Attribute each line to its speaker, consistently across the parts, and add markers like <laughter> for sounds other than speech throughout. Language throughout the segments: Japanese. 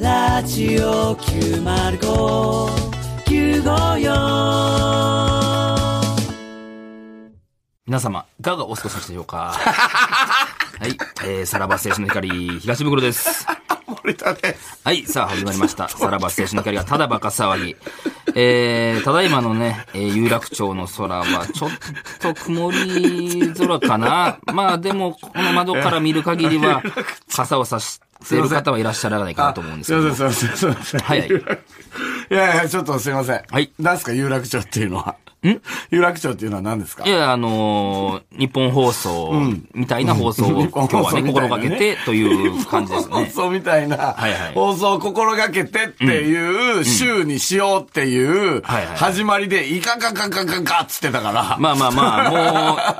Speaker 1: ラジオ905954
Speaker 2: 皆様、いかがお過ごしでしょう
Speaker 3: <laughs>
Speaker 2: かはい、えー、さらば青春の光、東袋です。
Speaker 3: 森田です。
Speaker 2: はい、さあ始まりました。さらば青春の光がただバカ騒ぎ。えー、ただいまのね、えー有楽町の空はちょっと曇り空かな。まあでも、この窓から見る限り
Speaker 3: <laughs>
Speaker 2: は、傘を差してる方はいらっしゃらないかなと思うんです
Speaker 3: すい
Speaker 2: け
Speaker 3: ま
Speaker 2: ど
Speaker 3: せ。ん、すいません、すいません。
Speaker 2: はいはい
Speaker 3: 有楽 <laughs> いやいや、ちょっとすいません。
Speaker 2: はい
Speaker 3: 何すか、有楽町っていうのは。ん有楽町っていうのは何ですか
Speaker 2: いや、あのー日本放送みたいな放送を今日はね、
Speaker 3: 日本放送みた
Speaker 2: 心
Speaker 3: いな
Speaker 2: が
Speaker 3: ね
Speaker 2: けてという感じです
Speaker 3: 放
Speaker 2: ね。
Speaker 3: 送みたいな
Speaker 2: はいはい、
Speaker 3: 放送を心がけてっていう、週にしようっていう、
Speaker 2: はいはい
Speaker 3: 始まりで、いかんかんかんかんかんかんっつってたから。
Speaker 2: まあまあまあ、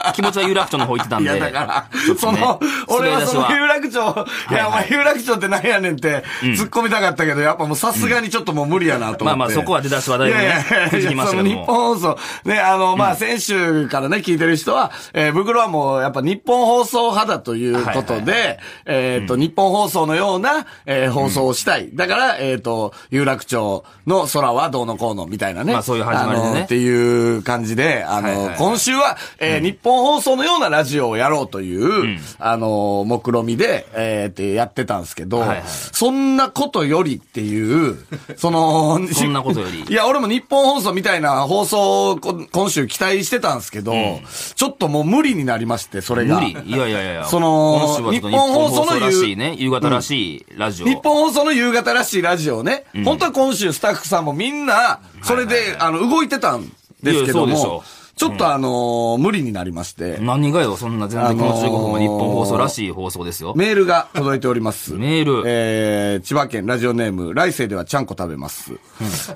Speaker 2: もう、気持ちは有楽町の方行ってたん
Speaker 3: い <laughs>
Speaker 2: で。
Speaker 3: や、だから
Speaker 2: ちょ、っ
Speaker 3: そ
Speaker 2: とね
Speaker 3: の、俺はその
Speaker 2: 滑り出
Speaker 3: 有
Speaker 2: し
Speaker 3: 楽町、いや、お前有楽町ってなんやねんって、突っ込みたかったけど、やっぱもうさすがにちょっともう無理やなと思って。
Speaker 2: まあまあそこは出だしはだいぶね
Speaker 3: いやいやいや
Speaker 2: くじきましたけども
Speaker 3: その日本放送、ね、あの、まあ先週からね、聞いてる人は、えー、袋はもうやっぱ日本放送派だということで、えっと、日本放送のような、えー放送をしたい。だから、えっと、有楽町の空はどうのこうのみたいなね。
Speaker 2: まあそういう始まりでね
Speaker 3: あのっていう感じで、あの、
Speaker 2: はいはいはい
Speaker 3: 今週は、えー日本放送のようなラジオをやろうという、あの、目論見で、えーってやってたんですけど、
Speaker 2: はいはい
Speaker 3: そんなことよりっていう、その、
Speaker 2: そんなことより
Speaker 3: いや、俺も日本放送みたいな放送をこ今週期待してたんですけど、ちょっともう無理になりまして、それ
Speaker 2: は
Speaker 3: が。
Speaker 2: 無理いやいやいやいや。
Speaker 3: その
Speaker 2: 今週はちょっと日本放送らしいね、
Speaker 3: 日
Speaker 2: 夕方らしいラジオ。
Speaker 3: 日本放送の夕方らしいラジオね、本当は今週スタッフさんもみんな、それで、あの、動いてたんですけど
Speaker 2: いやそう
Speaker 3: も
Speaker 2: でし、
Speaker 3: ちょっとあのー無理になりまして、
Speaker 2: 何がよ、そんな全然この15分は
Speaker 3: あのー
Speaker 2: 日本放送らしい放送ですよ。
Speaker 3: メールが届いております。
Speaker 2: <laughs> メール
Speaker 3: えー、千葉県ラジオネーム、来世ではちゃんこ食べます。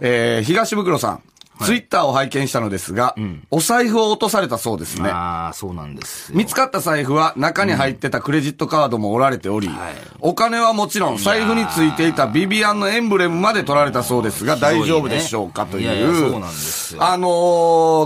Speaker 3: えー、東袋さん、ツイッターを拝見したのですが、お財布を落とされたそうですね。
Speaker 2: ああ、そうなんですよ。
Speaker 3: 見つかった財布は中に入ってたクレジットカードも折られており、お金はもちろん財布についていたビビアンのエンブレムまで取られたそうですが、
Speaker 2: ひどいね
Speaker 3: 大丈夫でしょうかという。
Speaker 2: いやいやそうなんですよ
Speaker 3: あのー、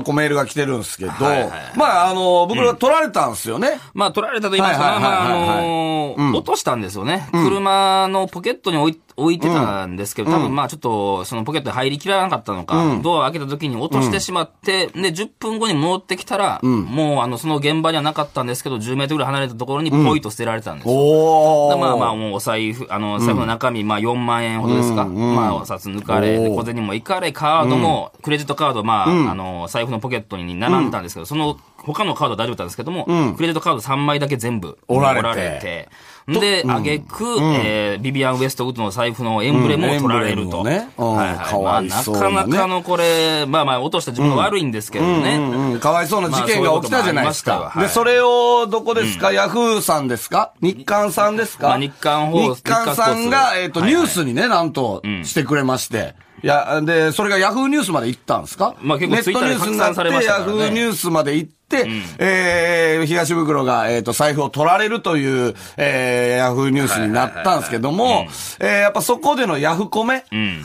Speaker 3: こうメールが来てるんですけど、
Speaker 2: はいはいはい
Speaker 3: まあ、あのー、僕ら取られたんですよね。
Speaker 2: まあ、取られたと言いますか、
Speaker 3: はいは
Speaker 2: ま
Speaker 3: い
Speaker 2: あ、あ
Speaker 3: はいはい
Speaker 2: のー落としたんですよね。車のポケットに置い置いてたんですけど、多分まあ、ちょっと、そのポケットに入りきらなかったのか、ドア開けた時に落としてしまって、で、10分後に戻ってきたら、もう、あの、その現場にはなかったんですけど、10メートルぐらい離れたところにポイと捨てられたんですよ。
Speaker 3: お
Speaker 2: まあまあ、もうお財布、あの、財布の中身、まあ4万円ほどですか。まあ、お札抜かれ、
Speaker 3: おー
Speaker 2: で小銭もいかれ、カードも、クレジットカード、まあ、あの、財布のポケットに並んでたんですけど、その、他のカードは大丈夫だったんですけども、クレジットカード3枚だけ全部、
Speaker 3: 折られて
Speaker 2: てで、あげく、えービビアン・ウェストウッドの財布のエンブレムを取られると。
Speaker 3: うんエンブレムをねうん
Speaker 2: はいはい
Speaker 3: かわいそうなね
Speaker 2: まあなかなかのこれ、まあまあ、落とした自分が悪いんですけどね。
Speaker 3: うんうん、かわいそうな事件が起きたじゃないです
Speaker 2: まあ
Speaker 3: か。
Speaker 2: そういう
Speaker 3: で、
Speaker 2: こと
Speaker 3: そ
Speaker 2: もあ
Speaker 3: れを、どこですか、ヤフーさんですか日刊さんですか、
Speaker 2: まあ日刊放
Speaker 3: 日刊さん
Speaker 2: 日刊スポー
Speaker 3: が、
Speaker 2: ツ
Speaker 3: えっ、と、
Speaker 2: はいはい
Speaker 3: ニュースにね、なんと、してくれまして。いや、で、それがヤフーニュースまで行ったんですか
Speaker 2: まあ結構
Speaker 3: ネットニュースにな
Speaker 2: ツイッターで拡散
Speaker 3: っ
Speaker 2: されま
Speaker 3: て、
Speaker 2: した
Speaker 3: ヤ
Speaker 2: からね
Speaker 3: フーニュースまで行って、えー、東袋が、えっ、と、財布を取られるという、えー、ヤフーニュースになったんですけども、えー、やっぱそこでのヤフコメ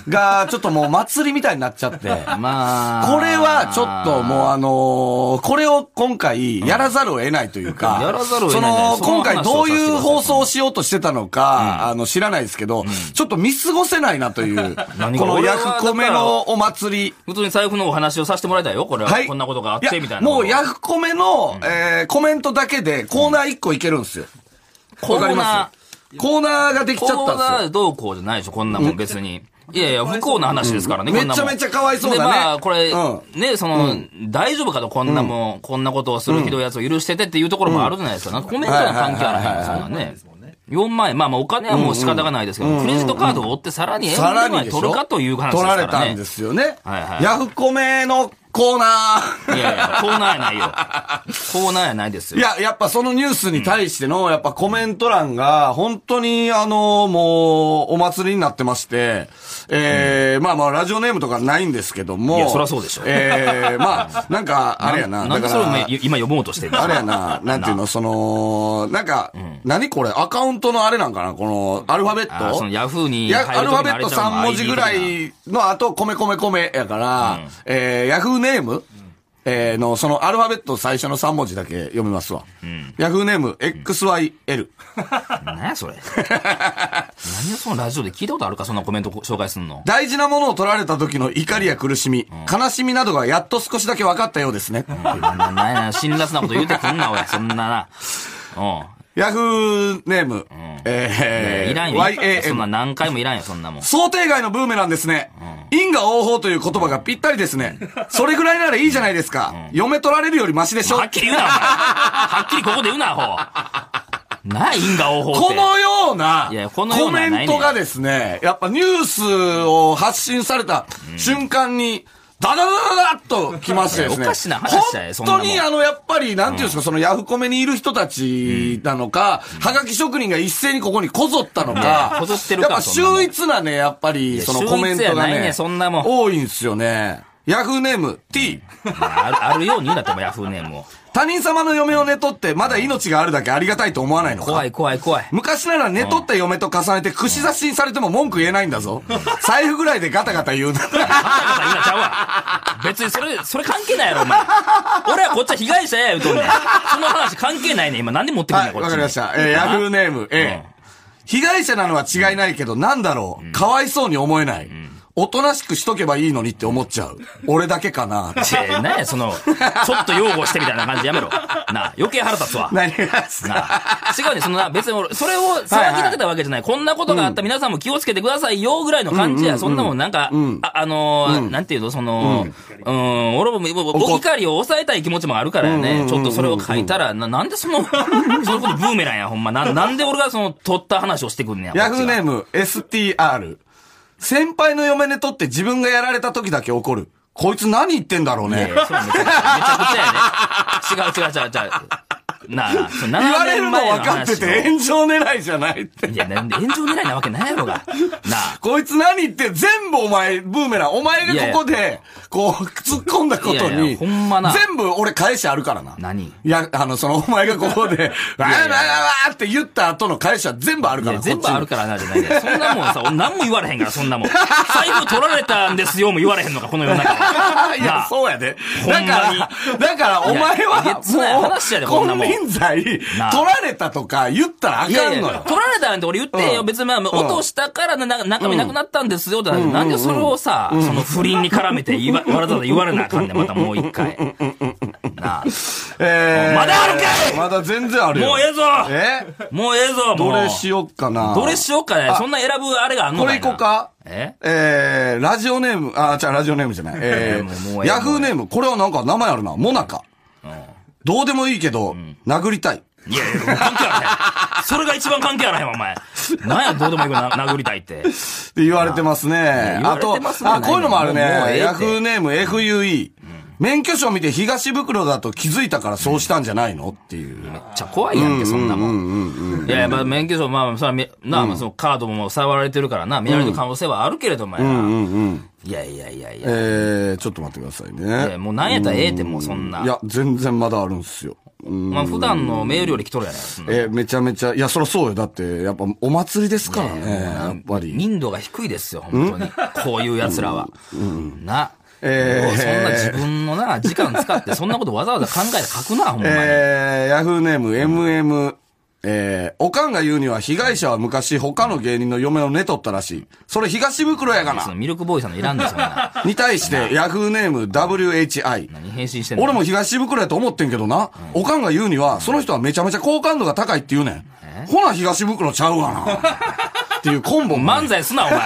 Speaker 3: が、ちょっともう祭りみたいになっち
Speaker 2: <laughs>
Speaker 3: ゃって、
Speaker 2: まあ。
Speaker 3: これはちょっともうあのーこれを今回やらざるを得ないというか、
Speaker 2: うんやらざるを得ないね
Speaker 3: その、今回
Speaker 2: その話
Speaker 3: ど
Speaker 2: をさ
Speaker 3: う
Speaker 2: せてください
Speaker 3: いう放送をしようとしてたのか、あの、知らないですけど、ちょっと見過ごせないなという、こ
Speaker 2: <laughs> 何が
Speaker 3: のヤフコメのお祭り。
Speaker 2: 普通に財布のお話をさせてもらいたいよ、これは。こんなことがあって、みたいなことを。
Speaker 3: もうヤフコメの、えーコメントだけでコーナー1個いけるんですよ。
Speaker 2: コ
Speaker 3: わかり
Speaker 2: ーナー
Speaker 3: ま、すコーナーができちゃったん
Speaker 2: コ
Speaker 3: で
Speaker 2: ー
Speaker 3: すよ
Speaker 2: ナ。ーどうこうじゃないでしょ、こんなもん別に。いやいや、不幸な話ですからね、
Speaker 3: うん
Speaker 2: こんなもん
Speaker 3: めちゃめちゃかわいそうだね
Speaker 2: で、まあ、これ、
Speaker 3: う
Speaker 2: ね、その、大丈夫かと、こんなもん、こんなことをするひどいやつを許しててっていうところもあるじゃないですか。なんかコメントは関係あらへんよ、そんなんね。4万円、まあまあお金はもう仕方がないですけど、クレジットカードを追ってさらに円
Speaker 3: さら
Speaker 2: 分
Speaker 3: に
Speaker 2: に
Speaker 3: でしょ
Speaker 2: 取るかという話ですからね。
Speaker 3: 取られたんですよね。
Speaker 2: はいはい
Speaker 3: ヤフコメのコーナー。
Speaker 2: いやいや、コーナーやないよ。コーナーやないですよ。
Speaker 3: いや、やっぱそのニュースに対しての、やっぱコメント欄が、本当に、あの、もう、お祭りになってまして、えー、まあまあ、ラジオネームとかないんですけども。
Speaker 2: いやそらそうでしょ
Speaker 3: えー、まあ、なんか、あれやな、
Speaker 2: な
Speaker 3: だ
Speaker 2: んで
Speaker 3: か
Speaker 2: それを今
Speaker 3: ら、
Speaker 2: 今読もうとしてるんですか
Speaker 3: あれ
Speaker 2: <laughs>
Speaker 3: やな、なんていうの、その、なんか、何これ、アカウントのあれなんかな、この、アルファベッ
Speaker 2: あー
Speaker 3: ト
Speaker 2: そのヤフーに
Speaker 3: いや、
Speaker 2: 入
Speaker 3: ア
Speaker 2: る
Speaker 3: ル
Speaker 2: 時
Speaker 3: フ
Speaker 2: に
Speaker 3: ァベット3文字ぐらいの後、米米米やから、えー、ヤフーネーム、えー、の、そのアルファベット最初の3文字だけ読みますわ。ヤフーネーム、XYL。
Speaker 2: 何やそれ。何でそのラジオで聞いたことあるか、そんなコメント紹介す
Speaker 3: <laughs>
Speaker 2: んの。
Speaker 3: 大事なものを取られた時の怒りや苦しみ、悲しみなどがやっと少しだけ分かったようですね。
Speaker 2: なななな辛辣なこと言うてくんな、おい、そんなな。うん。
Speaker 3: ヤフーネーム、
Speaker 2: ね
Speaker 3: え
Speaker 2: え
Speaker 3: ー、
Speaker 2: いらんよ。そん
Speaker 3: YAM。
Speaker 2: な何回もいらんよ、そんなもん。
Speaker 3: 想定外のブーメランですね。因果応報という言葉がぴったりですね。それぐらいならいいじゃないですか。嫁取られるよりマシでしょ
Speaker 2: はっきり言うな、お前。はっきりここで言うな、アホ。
Speaker 3: <laughs>
Speaker 2: な、因果応報って。
Speaker 3: このようない
Speaker 2: やこ
Speaker 3: コ
Speaker 2: のようなはないね
Speaker 3: メントがですね、やっぱニュースを発信された瞬間に、ダダダダダっと来ましてです
Speaker 2: <laughs>
Speaker 3: ね。
Speaker 2: おかしな話だよそんなも
Speaker 3: 本
Speaker 2: ん
Speaker 3: 当にあの、やっぱり、なんていうんですか、そのヤフコメにいる人たちなのか、はがき職人が一斉にここにこぞったのか、
Speaker 2: こぞってるか
Speaker 3: やっぱ
Speaker 2: そんなもん
Speaker 3: 秀逸なね、やっぱり、そのコメント
Speaker 2: 秀逸
Speaker 3: が
Speaker 2: やない
Speaker 3: ね
Speaker 2: ね、そんなもん
Speaker 3: 多いんですよね。ヤフーネーム T。
Speaker 2: あるあるように言うなって、お前ヤフーネームを。
Speaker 3: 他人様の嫁を寝取って、まだ命があるだけありがたいと思わないのか
Speaker 2: 怖い怖い怖い。
Speaker 3: 昔なら寝取った嫁と重ねて串刺しにされても文句言えないん
Speaker 2: <laughs>
Speaker 3: だぞ。財布ぐらいでガタガタ言うな。
Speaker 2: ガタガタ言うなちゃうわ。別にそれ、それ関係ないやろ、お前。俺はこっちは被害者や、言うとんねん。その話関係ないねん今なんで持ってくん
Speaker 3: は
Speaker 2: ねん、
Speaker 3: い、
Speaker 2: こっちに。
Speaker 3: わかりました。えー、ヤフーネーム A。被害者なのは違いないけど、なんだろう。かわいそうに思えない。おとなしくしとけばいいのにって思っちゃう。俺だけか
Speaker 2: <laughs>
Speaker 3: な。
Speaker 2: ちぇ、なんや、その、ちょっと擁護してみたいな感じやめろ。なあ、余計腹立つわ。な
Speaker 3: 何がですか
Speaker 2: あ、違うね、そのな、別に俺、それを騒ぎ立てたわけじゃない。こんなことがあった皆さんも気をつけてくださいよ、ぐらいの感じや。そんなもん、なんか、ああのー、なんていうの、その、うん、俺も、
Speaker 3: 怒
Speaker 2: お
Speaker 3: っ
Speaker 2: 怒りを抑えたい気持ちもあるからね。ちょっとそれを書いたら、ななんでその、 <laughs> そういうことブーメランや、ほんま。ななんで俺がその、取った話をしてくんねや。
Speaker 3: ヤフーネ
Speaker 2: こっち
Speaker 3: ーム STR。先輩の嫁寝取って自分がやられた時だけ怒る。こいつ何言ってんだろう
Speaker 2: がいや
Speaker 3: ね
Speaker 2: い。やそうめちゃくちゃめちゃくちゃやね。違う違う違う違う。なあなあ、その
Speaker 3: 言わ
Speaker 2: 7年
Speaker 3: れるの
Speaker 2: 前
Speaker 3: 分かって
Speaker 2: 話を
Speaker 3: て炎上狙いじゃないって。
Speaker 2: いや、なんで炎上狙いなわけないやろが。なあ。
Speaker 3: こいつ何言ってん全部お前、ブーメラン、お前がここで、こう、突っ込んだこと
Speaker 2: いやい
Speaker 3: に、
Speaker 2: やほんまな
Speaker 3: 全部俺返しあるからな。
Speaker 2: 何
Speaker 3: いや、あの、その、お前がここで、わーわーわーわーって言った後の返しは全部あるか
Speaker 2: いや
Speaker 3: ら、
Speaker 2: 全部ある
Speaker 3: か
Speaker 2: からな、じゃないね。そんなもんさ、俺何も言われへんから、そんなもん。財布取られたんですよ、も言われへんのか、この世の中は。
Speaker 3: ら。 <laughs> いや、そうやで。
Speaker 2: ほんま
Speaker 3: だ
Speaker 2: に
Speaker 3: から、だから、お前
Speaker 2: いや
Speaker 3: は、
Speaker 2: そんな話やでこんなもん
Speaker 3: 金輪際、取
Speaker 2: なあ
Speaker 3: られたとか言ったらあ
Speaker 2: いや
Speaker 3: か
Speaker 2: い
Speaker 3: んの
Speaker 2: や、
Speaker 3: よ。
Speaker 2: 取られたなんて俺言ってよ。
Speaker 3: うん
Speaker 2: 別にまあ、落としたからなな中身なくなったんですよ。ってなるなんでそれをさ、その不倫に絡めて言わ、わざわざ言われなあかんねんまたもう一回。なあ。
Speaker 3: えー
Speaker 2: まだあるかい
Speaker 3: まだ全然あるよ。
Speaker 2: もうええぞ
Speaker 3: え
Speaker 2: もうええぞ、もう。
Speaker 3: どれしよっかな。
Speaker 2: どれしようかね。そんな選ぶあれがあんの
Speaker 3: こ
Speaker 2: な
Speaker 3: れ
Speaker 2: い
Speaker 3: い
Speaker 2: な
Speaker 3: こうか。
Speaker 2: え
Speaker 3: えー、ラジオネーム、あ、じゃラジオネームじゃない。
Speaker 2: <laughs>
Speaker 3: え
Speaker 2: もうもう
Speaker 3: ー、
Speaker 2: ええ
Speaker 3: ヤフーネーム、これはなんか名前あるな。モナカ。どうでもいいけど、殴りたい。
Speaker 2: いやいや、関係あらへん。それが一番関係あらへんわ、お前。なんや、どうでもいいけどな殴りたいって。
Speaker 3: って言われてますね。
Speaker 2: 言わ
Speaker 3: あ
Speaker 2: れ
Speaker 3: と
Speaker 2: てます、ね
Speaker 3: あ、こういうのもあるね。
Speaker 2: もうもうええって
Speaker 3: ヤフーネーム FUE。免許証見て東袋だと気づいたからそうしたんじゃないのっていう。
Speaker 2: めっちゃ怖いやんけ、そんなもん。いや、やっぱ免許証、まあまあ、そらみなあ、まあ、そのカードも触られてるからな、見られる可能性はあるけれどもやな。いやいやいやいや。
Speaker 3: えー、ちょっと待ってください
Speaker 2: いや
Speaker 3: ね。
Speaker 2: もうなんやったらええって、もうそんな。
Speaker 3: いや、全然まだあるんすよ。うん
Speaker 2: まあ、普段のメールより来とるやないそんな
Speaker 3: えーめちゃめちゃ、いや、そりゃそうよ。だって、やっぱお祭りですからね。やっぱり。
Speaker 2: 民度が低いですよ、本当に。こういう奴らは。な。
Speaker 3: えー
Speaker 2: もうそんな自分のな、時間使
Speaker 3: <laughs>
Speaker 2: って、そんなことわざわざ考えて書くな、ほんまに。
Speaker 3: えー、ヤフーネーム MM、えー、おかんが言うには被害者は昔他の芸人の嫁を寝取ったらしい。それ東袋やが
Speaker 2: その
Speaker 3: な。
Speaker 2: ミルクボーイさんのいらんで、そんな。
Speaker 3: に対して、ヤフーネーム WHI。
Speaker 2: 何返信してんの
Speaker 3: 俺も東袋やと思ってんけどな。おかんが言うには、その人はめちゃめちゃ好感度が高いって言うねん。ほな東袋ちゃうわな。っていうコンボ <laughs> も、
Speaker 2: 漫才すな、お前。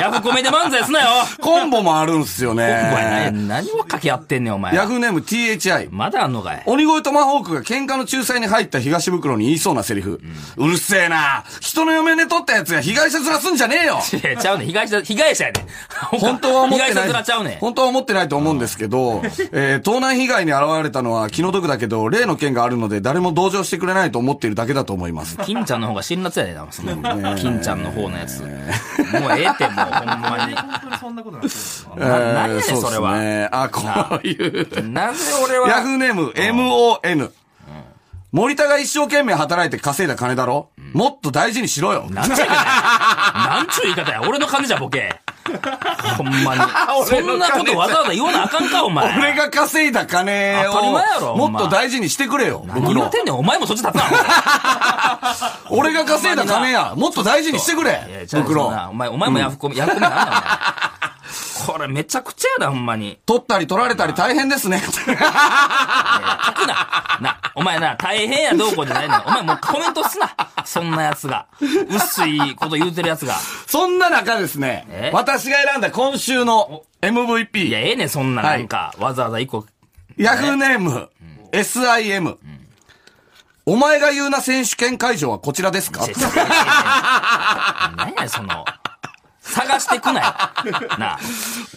Speaker 2: ヤフコメで漫才すなよ。
Speaker 3: コンボもあるんすよ
Speaker 2: お前
Speaker 3: ね。
Speaker 2: 何何を掛け合ってんねん、お前。
Speaker 3: ヤフーネーム THI。
Speaker 2: まだあんのかい。
Speaker 3: 鬼越トマホークが喧嘩の仲裁に入った東袋に言いそうなセリフ。うるせえな人の嫁寝取ったやつが被害者面すんじゃねえよ
Speaker 2: いやちゃうねん被害者、被害者やねん。
Speaker 3: <laughs> 本当は思って
Speaker 2: 被害者
Speaker 3: な
Speaker 2: 面ちゃうね
Speaker 3: い。
Speaker 2: ん。
Speaker 3: 本当は思ってないと思うんですけど、えー、盗難被害に現れたのは気の毒だけど、例の件があるので誰も同情してくれないと思っているだけだと思
Speaker 2: <laughs>
Speaker 3: います。
Speaker 2: 金ちゃんの方が辛辣やねんな、その、金ちゃんの方のやつ。もうええって、もう、ほんまに。
Speaker 1: 本当にそんなことなってるんですか
Speaker 3: え
Speaker 2: 何やねん
Speaker 3: うっ
Speaker 2: それは
Speaker 3: ね。あ、こういう。
Speaker 2: なぜ俺は。
Speaker 3: ヤフーネーム、MON。森田が一生懸命働いて稼いだ金だろもっと大事にしろよ。。
Speaker 2: なんちゅう言い方や。なんちゅう言い方や。俺の金じゃボケ。ほんまに
Speaker 3: <laughs>
Speaker 2: そ
Speaker 3: 俺の金
Speaker 2: んなことわざわざ言わなあかんか、お前。
Speaker 3: 俺が稼いだ金
Speaker 2: 当たり前や
Speaker 3: を、
Speaker 2: ろ
Speaker 3: もっと大事にしてくれよ、
Speaker 2: 何言
Speaker 3: 袋
Speaker 2: う。てんねん、お前もそっち立った
Speaker 3: <laughs>
Speaker 2: の
Speaker 3: 俺が稼いだ金や、もっと大事にしてく
Speaker 2: い
Speaker 3: れ
Speaker 2: や、ちゃうそん
Speaker 3: 袋。
Speaker 2: なお前、お前もヤフコメ、ヤフコメなんだ、お前。これめちゃくちゃやな、ほんまに。
Speaker 3: 取ったり取られたり大変です
Speaker 2: <laughs>
Speaker 3: ね。
Speaker 2: 書くな。な、お前な、大変やどうこうじゃないの。お前もうコメントすな。そんなやつが。薄いこと言うてるやつが。
Speaker 3: そんな中ですね
Speaker 2: え、
Speaker 3: 私が選んだ今週の
Speaker 2: いや、
Speaker 3: MVP、
Speaker 2: ええねん、そんな、なんか、わざわざ一個。
Speaker 3: ヤフーネーム、SIM。お前が言うな選手権会場はこちらですか
Speaker 2: ちょちょちょちょ何やねん、その、探してくなよ。なあ。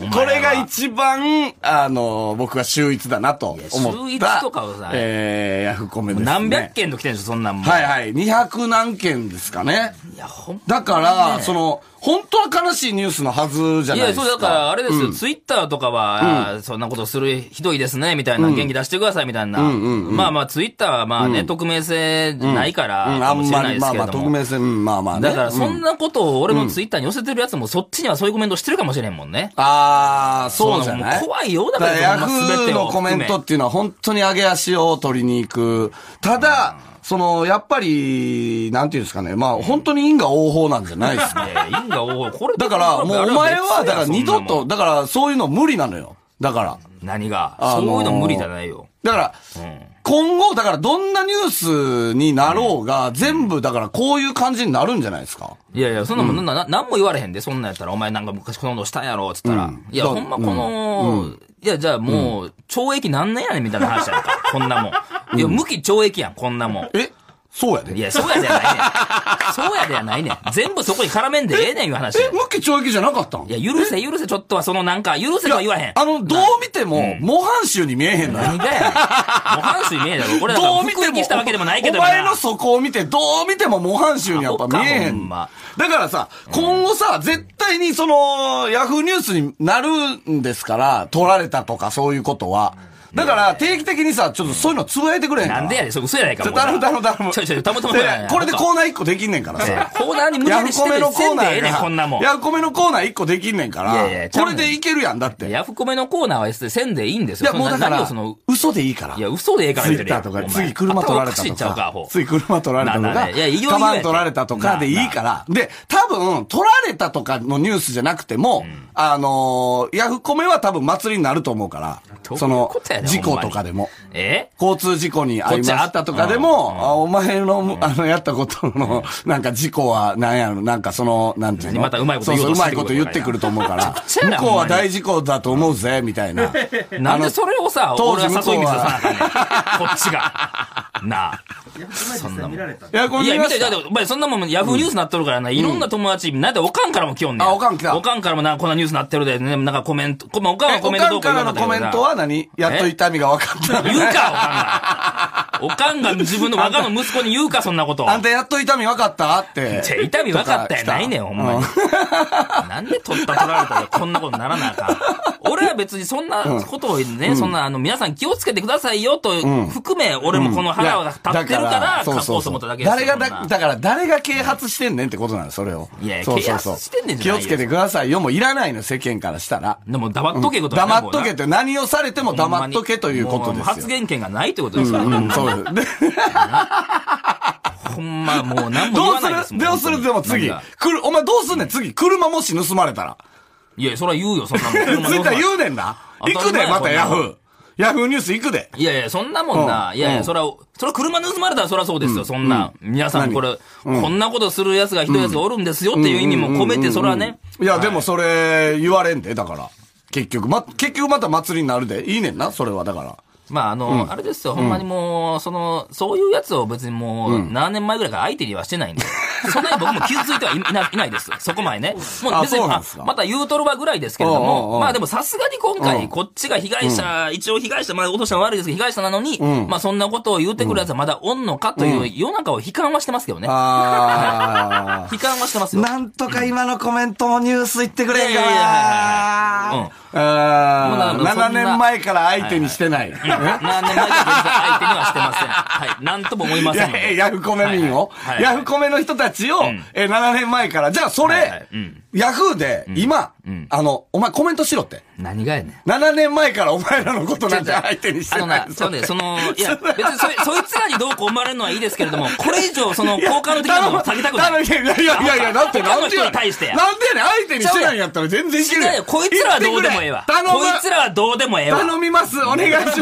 Speaker 2: お前
Speaker 3: これが
Speaker 2: は
Speaker 3: 一番、あの、僕が秀逸だなと思った。
Speaker 2: いや秀逸とかはさ
Speaker 3: えー、ヤフコメですね。
Speaker 2: 何百件と来てんでしょ、そんなんもう。
Speaker 3: はいはい。200何件ですかね。
Speaker 2: いや、ほんま
Speaker 3: だから、そ
Speaker 2: の、
Speaker 3: の、本当は悲しいニュースのはずじゃ
Speaker 2: い
Speaker 3: な
Speaker 2: や、
Speaker 3: いですか。
Speaker 2: そう、だから、あれですよ、ツイッターとかは、あーそんなことする、ひどいですね、みたいな、元気出してください、みたいな。まあまあ、ツイッターはまあね、匿名性ないから、
Speaker 3: うん、あ
Speaker 2: かも
Speaker 3: ん
Speaker 2: しれ
Speaker 3: ま
Speaker 2: ない
Speaker 3: り、
Speaker 2: で
Speaker 3: ますあ
Speaker 2: け
Speaker 3: ま
Speaker 2: れ
Speaker 3: あ、
Speaker 2: ど
Speaker 3: 匿
Speaker 2: も。
Speaker 3: 名性、うんまあまあね。
Speaker 2: だから、そ
Speaker 3: うん
Speaker 2: んなことを俺のツイッターに寄せてるやつも、そっちにはそういうコメントしてるかもしれんもんね。
Speaker 3: ああ、そうじゃない
Speaker 2: そう怖いよだから
Speaker 3: ヤ
Speaker 2: そんな
Speaker 3: フ
Speaker 2: 全て
Speaker 3: ー
Speaker 2: を
Speaker 3: のコメントっていうのは本当に上げ足を取りに行く。ただ、その、やっぱり、なんていうんですかね。まあ、本当に因果応報なんじゃないですね。
Speaker 2: <laughs> いやいや因果応報、これ
Speaker 3: だから、もうお前は、だから二
Speaker 2: あ
Speaker 3: 度。
Speaker 2: れ別やそんなも
Speaker 3: と、
Speaker 2: ん
Speaker 3: だからそういうの無理なのよ。だから。
Speaker 2: 何が、
Speaker 3: あのー
Speaker 2: そういうの無理じゃないよ。
Speaker 3: だから、
Speaker 2: うん。
Speaker 3: 今後、だからどんなニュースになろうが、全部、だからこういう感じになるんじゃないですか。
Speaker 2: いやいや、そんなもん、な、ななんも言われへんで、そんなんやったら、お前なんか昔このことしたんやろ、つったら。いや、
Speaker 3: そう
Speaker 2: ほんまこの、いや、じゃあもう、懲役何年やねんみたいな話やんか、こんなもん。いや、無期懲役やん、こんなもん。
Speaker 3: えそうやで。
Speaker 2: いや、そうやでやないねん。そうやでやないねん。全部そこに絡めんでええねん、いう話や
Speaker 3: え、無期懲役じゃなかったん
Speaker 2: いや、許せ、許せ、ちょっとは、そのなんか、許せとは言わへん。
Speaker 3: あの、どう見ても、模範囚に見えへんのよ。
Speaker 2: 何がやねん。もう半数見えだろ。俺だから、
Speaker 3: どう見
Speaker 2: 服
Speaker 3: て
Speaker 2: 役
Speaker 3: も、
Speaker 2: したわけでもないけど
Speaker 3: お
Speaker 2: な
Speaker 3: 前のそこを見て、どう見ても模範囚にやっぱ見
Speaker 2: アホか
Speaker 3: えへ
Speaker 2: ほん
Speaker 3: ん。
Speaker 2: ま
Speaker 3: だからさ、今後さ、絶対にその、ヤフーニュースになるんですから、取られたとかそういうことは。だから、定期的にさ、ちょっとそういうのつぶやいてくれへんか
Speaker 2: なんでやで、それ嘘やないか
Speaker 3: ち
Speaker 2: も
Speaker 3: ょ
Speaker 2: う。
Speaker 3: 頼む頼む頼む。
Speaker 2: ちょいちょい、たまたま
Speaker 3: で
Speaker 2: やない
Speaker 3: これでコーナー1個できんねんからさ。
Speaker 2: コーナーに無
Speaker 3: ヤ
Speaker 2: 理
Speaker 3: フ
Speaker 2: にし
Speaker 3: コ
Speaker 2: て
Speaker 3: メ
Speaker 2: る
Speaker 3: の
Speaker 2: せ
Speaker 3: コー
Speaker 2: ん
Speaker 3: ナ
Speaker 2: でえ
Speaker 3: ー
Speaker 2: えねん、こんなも
Speaker 3: が、
Speaker 2: ん。
Speaker 3: ヤフコメのコーナー1個できんねんか
Speaker 2: いやい
Speaker 3: ら、
Speaker 2: やちゃ
Speaker 3: こ
Speaker 2: うね
Speaker 3: れ
Speaker 2: ん
Speaker 3: でいけるやん、だって。い
Speaker 2: ヤフコメのコーナーはせんでいいんですよ。
Speaker 3: や、もうだか
Speaker 2: 何
Speaker 3: ら
Speaker 2: をその、、
Speaker 3: 嘘でいいから
Speaker 2: い。や、嘘でええから
Speaker 3: ツイ
Speaker 2: 言ってる
Speaker 3: ッ
Speaker 2: や
Speaker 3: ター
Speaker 2: ん
Speaker 3: とか、
Speaker 2: お前
Speaker 3: 次車取ら
Speaker 2: 頭お
Speaker 3: れ
Speaker 2: か
Speaker 3: た
Speaker 2: しい
Speaker 3: と
Speaker 2: んちゃう
Speaker 3: か
Speaker 2: ア、ホ
Speaker 3: 次車取られたと
Speaker 2: なあなあ
Speaker 3: か
Speaker 2: いやいいよいい、よ
Speaker 3: カバン取られたと
Speaker 2: なあ
Speaker 3: か
Speaker 2: なあ
Speaker 3: でいいから。で、多分、取られたとかのニュースじゃなくても、あのー、ヤフコメは多分祭りになると思うから、
Speaker 2: どういう
Speaker 3: その
Speaker 2: ことや、ねん
Speaker 3: 事
Speaker 2: ほん
Speaker 3: 故
Speaker 2: まに
Speaker 3: とかでも。
Speaker 2: え
Speaker 3: 交通事故に遭いましたとか
Speaker 2: こっ
Speaker 3: で
Speaker 2: ち
Speaker 3: も、
Speaker 2: あ
Speaker 3: あお前の、あの、やったことの、なんか事故は、なんやろ、なんかその、なんていうの
Speaker 2: またうまいこと言おう
Speaker 3: そ
Speaker 2: と
Speaker 3: うそうう
Speaker 2: し
Speaker 3: ま
Speaker 2: て
Speaker 3: い
Speaker 2: る
Speaker 3: こと言ってくると思うから、
Speaker 2: <laughs> ちゃや
Speaker 3: 向
Speaker 2: な
Speaker 3: こうは大事故だと思うぜ、み
Speaker 2: <laughs>
Speaker 3: たいな。
Speaker 2: なんでそれをさ、
Speaker 3: 当
Speaker 2: 俺
Speaker 3: 時
Speaker 2: は
Speaker 3: 向こ
Speaker 2: 誘
Speaker 3: う
Speaker 2: い水出さ
Speaker 3: は
Speaker 2: なあかんねん。こっち
Speaker 3: <laughs>
Speaker 2: が。なあ。そんなもん。い
Speaker 3: いや、これ
Speaker 2: や、
Speaker 3: 見
Speaker 2: 見
Speaker 3: ま
Speaker 2: て、
Speaker 3: した
Speaker 2: だって、お前そんなもん、ヤフーニュースなっとるからな、いろんな友達、なんでおかんからも来よんねん。
Speaker 3: あおかん来た
Speaker 2: おかんからもな、こんなニュースなってるで、ね、なんかコメント、こまあおかんは
Speaker 3: え
Speaker 2: コ
Speaker 3: お
Speaker 2: メント
Speaker 3: か
Speaker 2: どうんか
Speaker 3: から
Speaker 2: 言わ
Speaker 3: の
Speaker 2: んか
Speaker 3: コ
Speaker 2: ったけ
Speaker 3: メ
Speaker 2: ど
Speaker 3: ン
Speaker 2: な
Speaker 3: トは何やっと痛みが分かった。
Speaker 2: <laughs> 言うか、おかんが。おかんが自分の若の息子に言うか、そんなこと。
Speaker 3: あんたやっと痛み分かったって。
Speaker 2: <laughs> ちょ痛み分かったやないねん、ほんまに。なんで取った取られたでこんなことにならなあか
Speaker 3: <laughs>
Speaker 2: ん。俺は別にそんなことをね、そんな、あの、皆さん気をつけてくださいよと、含め、俺もこの腹が立ってるから、書こうと思っただけですよ
Speaker 3: 誰が
Speaker 2: そん
Speaker 3: だ、
Speaker 2: な
Speaker 3: だから誰が啓発してんねんってことなの、それを。
Speaker 2: いやいや
Speaker 3: そうそう
Speaker 2: 啓
Speaker 3: そう
Speaker 2: 発してんねんじ
Speaker 3: 気
Speaker 2: ゃ
Speaker 3: を
Speaker 2: ない
Speaker 3: つ
Speaker 2: よ
Speaker 3: けてくださいよ、もういらないの、世間からしたら。
Speaker 2: でも黙っとけいうことだね
Speaker 3: 黙っとけっ
Speaker 2: も
Speaker 3: て、何をされても
Speaker 2: うな
Speaker 3: 黙っとけということ
Speaker 2: も
Speaker 3: で
Speaker 2: う
Speaker 3: すよ。
Speaker 2: 発言権がないということですから、
Speaker 3: うん、そうです。で、
Speaker 2: ほんまもう何も言
Speaker 3: どう
Speaker 2: わないですす
Speaker 3: る
Speaker 2: もん
Speaker 3: どうするでも
Speaker 2: 何
Speaker 3: 次
Speaker 2: が。
Speaker 3: くる、お前どうすんねん次。車もし盗まれたら。
Speaker 2: いや、それは言うよ、そんなもん。
Speaker 3: <laughs> ツイッター言うねんな。
Speaker 2: 当たり
Speaker 3: 行
Speaker 2: 前
Speaker 3: くで、またヤフ
Speaker 2: そんな
Speaker 3: ー。ヤフーニュース行くで。
Speaker 2: いやいや、そんなもんな。
Speaker 3: うん
Speaker 2: いやいうや、
Speaker 3: ん
Speaker 2: それは、それは車盗まれたらそりゃそうですよ、そんな。皆さんこれ、こんなことする奴がひどい奴がおるんですよっていう意味も込めて、それはね。
Speaker 3: いや、でもそれ、言われんで、だから。結局、ま、結局また祭りになるで。いいねんな、それは、だから。
Speaker 2: まあ、あの、あれですよ、ほんまにもう、その、そういう奴を別にもう、何年前ぐらいから相手にはしてないん
Speaker 3: <laughs>
Speaker 2: で。そんなに僕も傷ついてはいいないないです。そこまでね。も
Speaker 3: あ
Speaker 2: う別に、
Speaker 3: そうなん
Speaker 2: あ
Speaker 3: ですか
Speaker 2: また言うとるばぐらいですけれど
Speaker 3: おうおうおう
Speaker 2: も、まあでもさすがに今
Speaker 3: うん
Speaker 2: 回、こっちが被害者、一応被害者、まあ落としたのは悪いですけど、被害者なのに、まあそんなことを言うてくる奴はまだおんのかという、世の中を悲観はしてますけどね。
Speaker 3: あ
Speaker 2: <laughs> 悲観はしてます
Speaker 3: ー。
Speaker 2: よ。
Speaker 3: なんとか今のコメントもニュース言ってくれんか
Speaker 2: いやいやいやいやいや
Speaker 3: な
Speaker 2: うん
Speaker 3: あー
Speaker 2: まあまあ
Speaker 3: 7
Speaker 2: そんな
Speaker 3: 年前から相手にしてない。
Speaker 2: 何年前か相手にはしてません。はい。なんとも思いま
Speaker 3: い
Speaker 2: せ
Speaker 3: や
Speaker 2: ん。
Speaker 3: いやヤフコメ民を
Speaker 2: はいはいはいは、い
Speaker 3: ヤフコメの人たちを、えー7年前から、じゃあそ
Speaker 2: はいは
Speaker 3: れ
Speaker 2: いうん、
Speaker 3: ヤフーで、今、あの、お前コメントしろって。
Speaker 2: 何がやねん。
Speaker 3: 7年前からお前らのことなん
Speaker 2: ち
Speaker 3: て
Speaker 2: ょ
Speaker 3: 相手にし
Speaker 2: あ
Speaker 3: て
Speaker 2: の
Speaker 3: な
Speaker 2: な、
Speaker 3: い <laughs> ぞ
Speaker 2: ちょっとね、その、い
Speaker 3: <laughs>
Speaker 2: や、別にそい、そいつらにどうこう思われるのはいいですけれども、これ以
Speaker 3: <laughs>
Speaker 2: 上、その、好感度的なものを下げたくない。
Speaker 3: いやいやいやいやいや、だって
Speaker 2: 他
Speaker 3: な
Speaker 2: の
Speaker 3: んで
Speaker 2: 人
Speaker 3: やね
Speaker 2: に
Speaker 3: ん。
Speaker 2: 対してや。
Speaker 3: なんでやねん、相手にしてないんやったら全然いける
Speaker 2: 違う
Speaker 3: や
Speaker 2: よ
Speaker 3: ん。
Speaker 2: こいつらはどうでもええわ。こ
Speaker 3: 言ってくれ
Speaker 2: いつらはどうでもええわ。
Speaker 3: 頼む頼みます、お願いします。7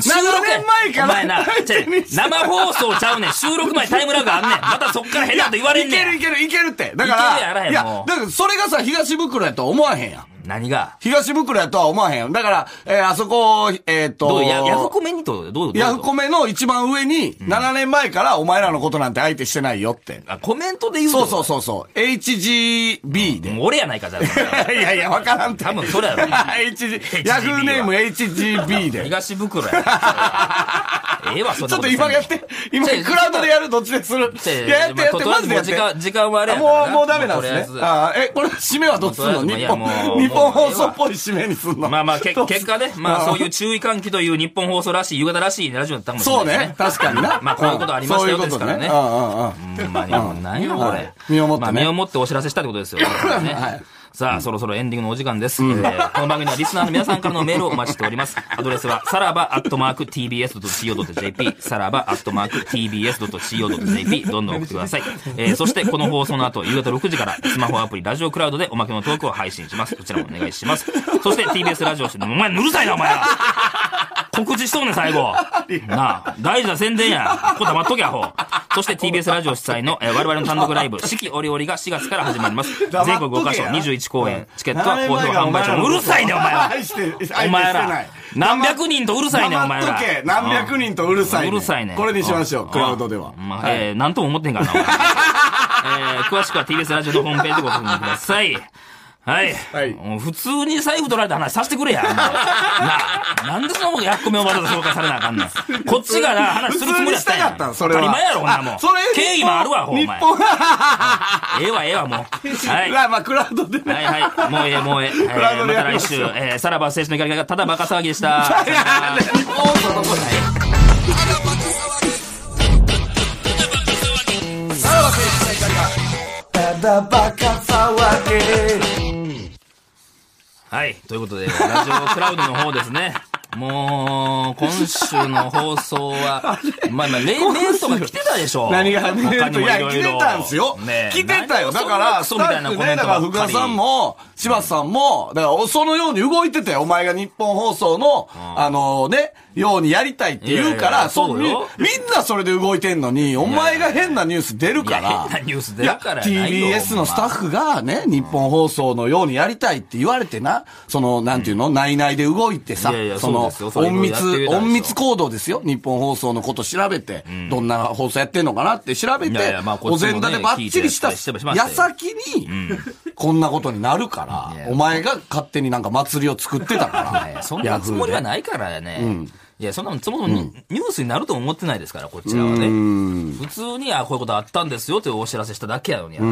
Speaker 3: 年前か
Speaker 2: お
Speaker 3: <laughs>
Speaker 2: 前な
Speaker 3: ら、相手にして
Speaker 2: 生放送ちゃうねん。収録前タイムラグあ
Speaker 3: <laughs>
Speaker 2: んねん。またそっから変なこと言われん
Speaker 3: い
Speaker 2: ね
Speaker 3: ける
Speaker 2: ん。
Speaker 3: いけるいけるって。だ
Speaker 2: いけるや
Speaker 3: か
Speaker 2: へ
Speaker 3: らら、
Speaker 2: ん
Speaker 3: いや
Speaker 2: も、う
Speaker 3: だからそれがさ、東袋やとは思わへんやん。
Speaker 2: 何が
Speaker 3: 東袋やとは思わへんやん。だから、えーあそこ、えっ
Speaker 2: ど
Speaker 3: と
Speaker 2: う、やヤフコメにと、どうどう
Speaker 3: ヤフコメの一番上に、7年前からお前らのことなんて相手してないよって。
Speaker 2: あ、コメントで言う
Speaker 3: そうそ
Speaker 2: そ
Speaker 3: うそうそう。HGB で。
Speaker 2: う。もう俺やないか、じゃ
Speaker 3: <laughs>
Speaker 2: あ。
Speaker 3: いやいや、わからんって。
Speaker 2: 多分それやろ
Speaker 3: HG、ヤフーネーム HGB で。
Speaker 2: 東袋
Speaker 3: <laughs>
Speaker 2: や。ええわ、そん
Speaker 3: ち
Speaker 2: な
Speaker 3: ょっ
Speaker 2: こととせんで
Speaker 3: 今やって。今、
Speaker 2: ちょ
Speaker 3: クラウドでやるどっちでする
Speaker 2: ちょ
Speaker 3: いや、やってやっ
Speaker 2: まあと
Speaker 3: て、
Speaker 2: りあ
Speaker 3: マ
Speaker 2: えず
Speaker 3: ジでやって。
Speaker 2: もう時間時間はあれやから
Speaker 3: も
Speaker 2: な
Speaker 3: う、もうダメなんです
Speaker 2: もうと
Speaker 3: ね。
Speaker 2: りあ
Speaker 3: あーえ、これ、締めはどうすんの
Speaker 2: もうとりあえずい
Speaker 3: 日
Speaker 2: やも
Speaker 3: 本、
Speaker 2: う
Speaker 3: 日本
Speaker 2: もう
Speaker 3: 放送っぽい締めにすんの
Speaker 2: まあまあ、け
Speaker 3: どうす
Speaker 2: 結果ね、まあそういう注意喚起という日本放送らしい、夕方らしいラジオだったかもしれない
Speaker 3: そ
Speaker 2: うですね。
Speaker 3: ね。確かにな。
Speaker 2: <laughs> まあこういうことありましたよ
Speaker 3: んそういうこと
Speaker 2: です
Speaker 3: う
Speaker 2: か
Speaker 3: んうんうん。
Speaker 2: ほんま
Speaker 3: <laughs>
Speaker 2: に、もう何よ、これ。
Speaker 3: 身をもってね
Speaker 2: まあ身をもってお知らせしたってことですよ。
Speaker 3: <laughs>
Speaker 2: ね
Speaker 3: はい
Speaker 2: さあ、そろそろエンディングのお時間です。えーこの番組ではリスナーの皆さんからのメールをお待ちしております。アドレスは、さらば、アットマーク、tbs.co.jp、さらば、アットマーク、tbs.co.jp、どんどん送ってください。えー
Speaker 3: <laughs>
Speaker 2: そして、この放送の後、夕方6時から、スマホアプリ、ラジオクラウドでおまけのトークを配信します。こちらもお願いします。そして、TBS ラジオ、お前、ぬるさいな、お前ら告知しとんねん、最
Speaker 3: <laughs>
Speaker 2: 後。なあ、大事な宣伝や。ここ黙っとけ、アホ。そして TBS ラジオ主催の、えー我々の単独ライ
Speaker 3: <laughs>
Speaker 2: ブ、四季折々が4月から始まります。全
Speaker 3: 黙っとけや
Speaker 2: 国5カ所21公演。チケットは好評販売中。うるさいね、お前
Speaker 3: <laughs>
Speaker 2: は。
Speaker 3: 愛して、愛して
Speaker 2: お前
Speaker 3: な
Speaker 2: ら
Speaker 3: い。。
Speaker 2: 何百人とうるさいね、お前
Speaker 3: 黙
Speaker 2: ら
Speaker 3: っとけ。何百人とうるさいね。
Speaker 2: うるさいね。
Speaker 3: これにしましょう、
Speaker 2: ん
Speaker 3: クラウドでは。
Speaker 2: うんまあ、えーなんとも思ってんからな、お
Speaker 3: <laughs>
Speaker 2: 前えー詳しくは TBS ラジオのホームページでご確認ください。はい。
Speaker 3: はい
Speaker 2: もう普通に財布取られた話させてくれ
Speaker 3: <laughs>
Speaker 2: や。お前なあ、なんでそのやっこめをわざわざ紹介されなあかんねん。こっちがな、話するつもりやったんや
Speaker 3: 普通にしたかったんそれは
Speaker 2: 当たり前やろ、こんなもん。
Speaker 3: あそれ
Speaker 2: 敬意もあるわ、ほん
Speaker 3: 日
Speaker 2: ま
Speaker 3: 本、
Speaker 2: ええわ、ええわ、もう。
Speaker 3: <laughs>
Speaker 2: はい。
Speaker 3: まあまあ、クラウドでね。
Speaker 2: はいはい。もうええ、もうええ。え
Speaker 3: <laughs> クラウ
Speaker 2: ー
Speaker 3: ド
Speaker 2: ま
Speaker 3: で
Speaker 2: た
Speaker 3: やり
Speaker 2: 来
Speaker 3: まし
Speaker 2: 週
Speaker 3: ょう、
Speaker 2: えー、さらば青春の怒りがただバカ騒ぎでした。さよなら
Speaker 3: 日本放送のことねただバカ騒げ。
Speaker 2: はい。ということで、ラジオクラウドの方です
Speaker 3: <laughs>
Speaker 2: ね。もう、今週の放送は、まあまあ、例年とか来てたでしょ。
Speaker 3: 何が
Speaker 2: 他にも
Speaker 3: いや、
Speaker 2: 色々
Speaker 3: 来てたんですよ。来てたよ。だから、スタッフね、だから、福田
Speaker 2: ねえ何をそなクソみたいなコメントば
Speaker 3: さん。
Speaker 2: っかり
Speaker 3: も、柴田さんも、だから、そのように動いてて、お前が日本放送の、あのね、ようにやりたいって言うか
Speaker 2: いやいや
Speaker 3: ら、
Speaker 2: そう
Speaker 3: そ
Speaker 2: よ
Speaker 3: うみみんなそれで動いてんのに、お前が変なニュース出るか
Speaker 2: いや
Speaker 3: ら
Speaker 2: 変なニュース出るから
Speaker 3: い
Speaker 2: やな
Speaker 3: や
Speaker 2: いよ
Speaker 3: TBS のスタッフがね、日本放送のようにやりたいって言われてな、その、なんていうの、内々で動いてさ
Speaker 2: いやいや、
Speaker 3: そ
Speaker 2: そうで
Speaker 3: の
Speaker 2: すよ、それ
Speaker 3: 隠
Speaker 2: もやってみたで
Speaker 3: 密、
Speaker 2: しょ
Speaker 3: 隠密行動ですよ。日本放送のこと調べて、どんな放送やってんのかなって調べ
Speaker 2: いやい
Speaker 3: て
Speaker 2: やまあ、こっ
Speaker 3: お
Speaker 2: ちもね
Speaker 3: 膳立てばっちりした
Speaker 2: 聞いてやったりしてましたよ
Speaker 3: 矢先に、こんなことになるか
Speaker 2: いや
Speaker 3: ら、お前が勝手になんか祭りを作って
Speaker 2: <laughs>
Speaker 3: たか
Speaker 2: いや
Speaker 3: ら、
Speaker 2: そんなつもりはないからやね。いや、そんなの、そもそもニニュースになるとも思ってないですから、こちらはね。普通に、あ、こういうことあったんですよというお知らせしただけやのにやな。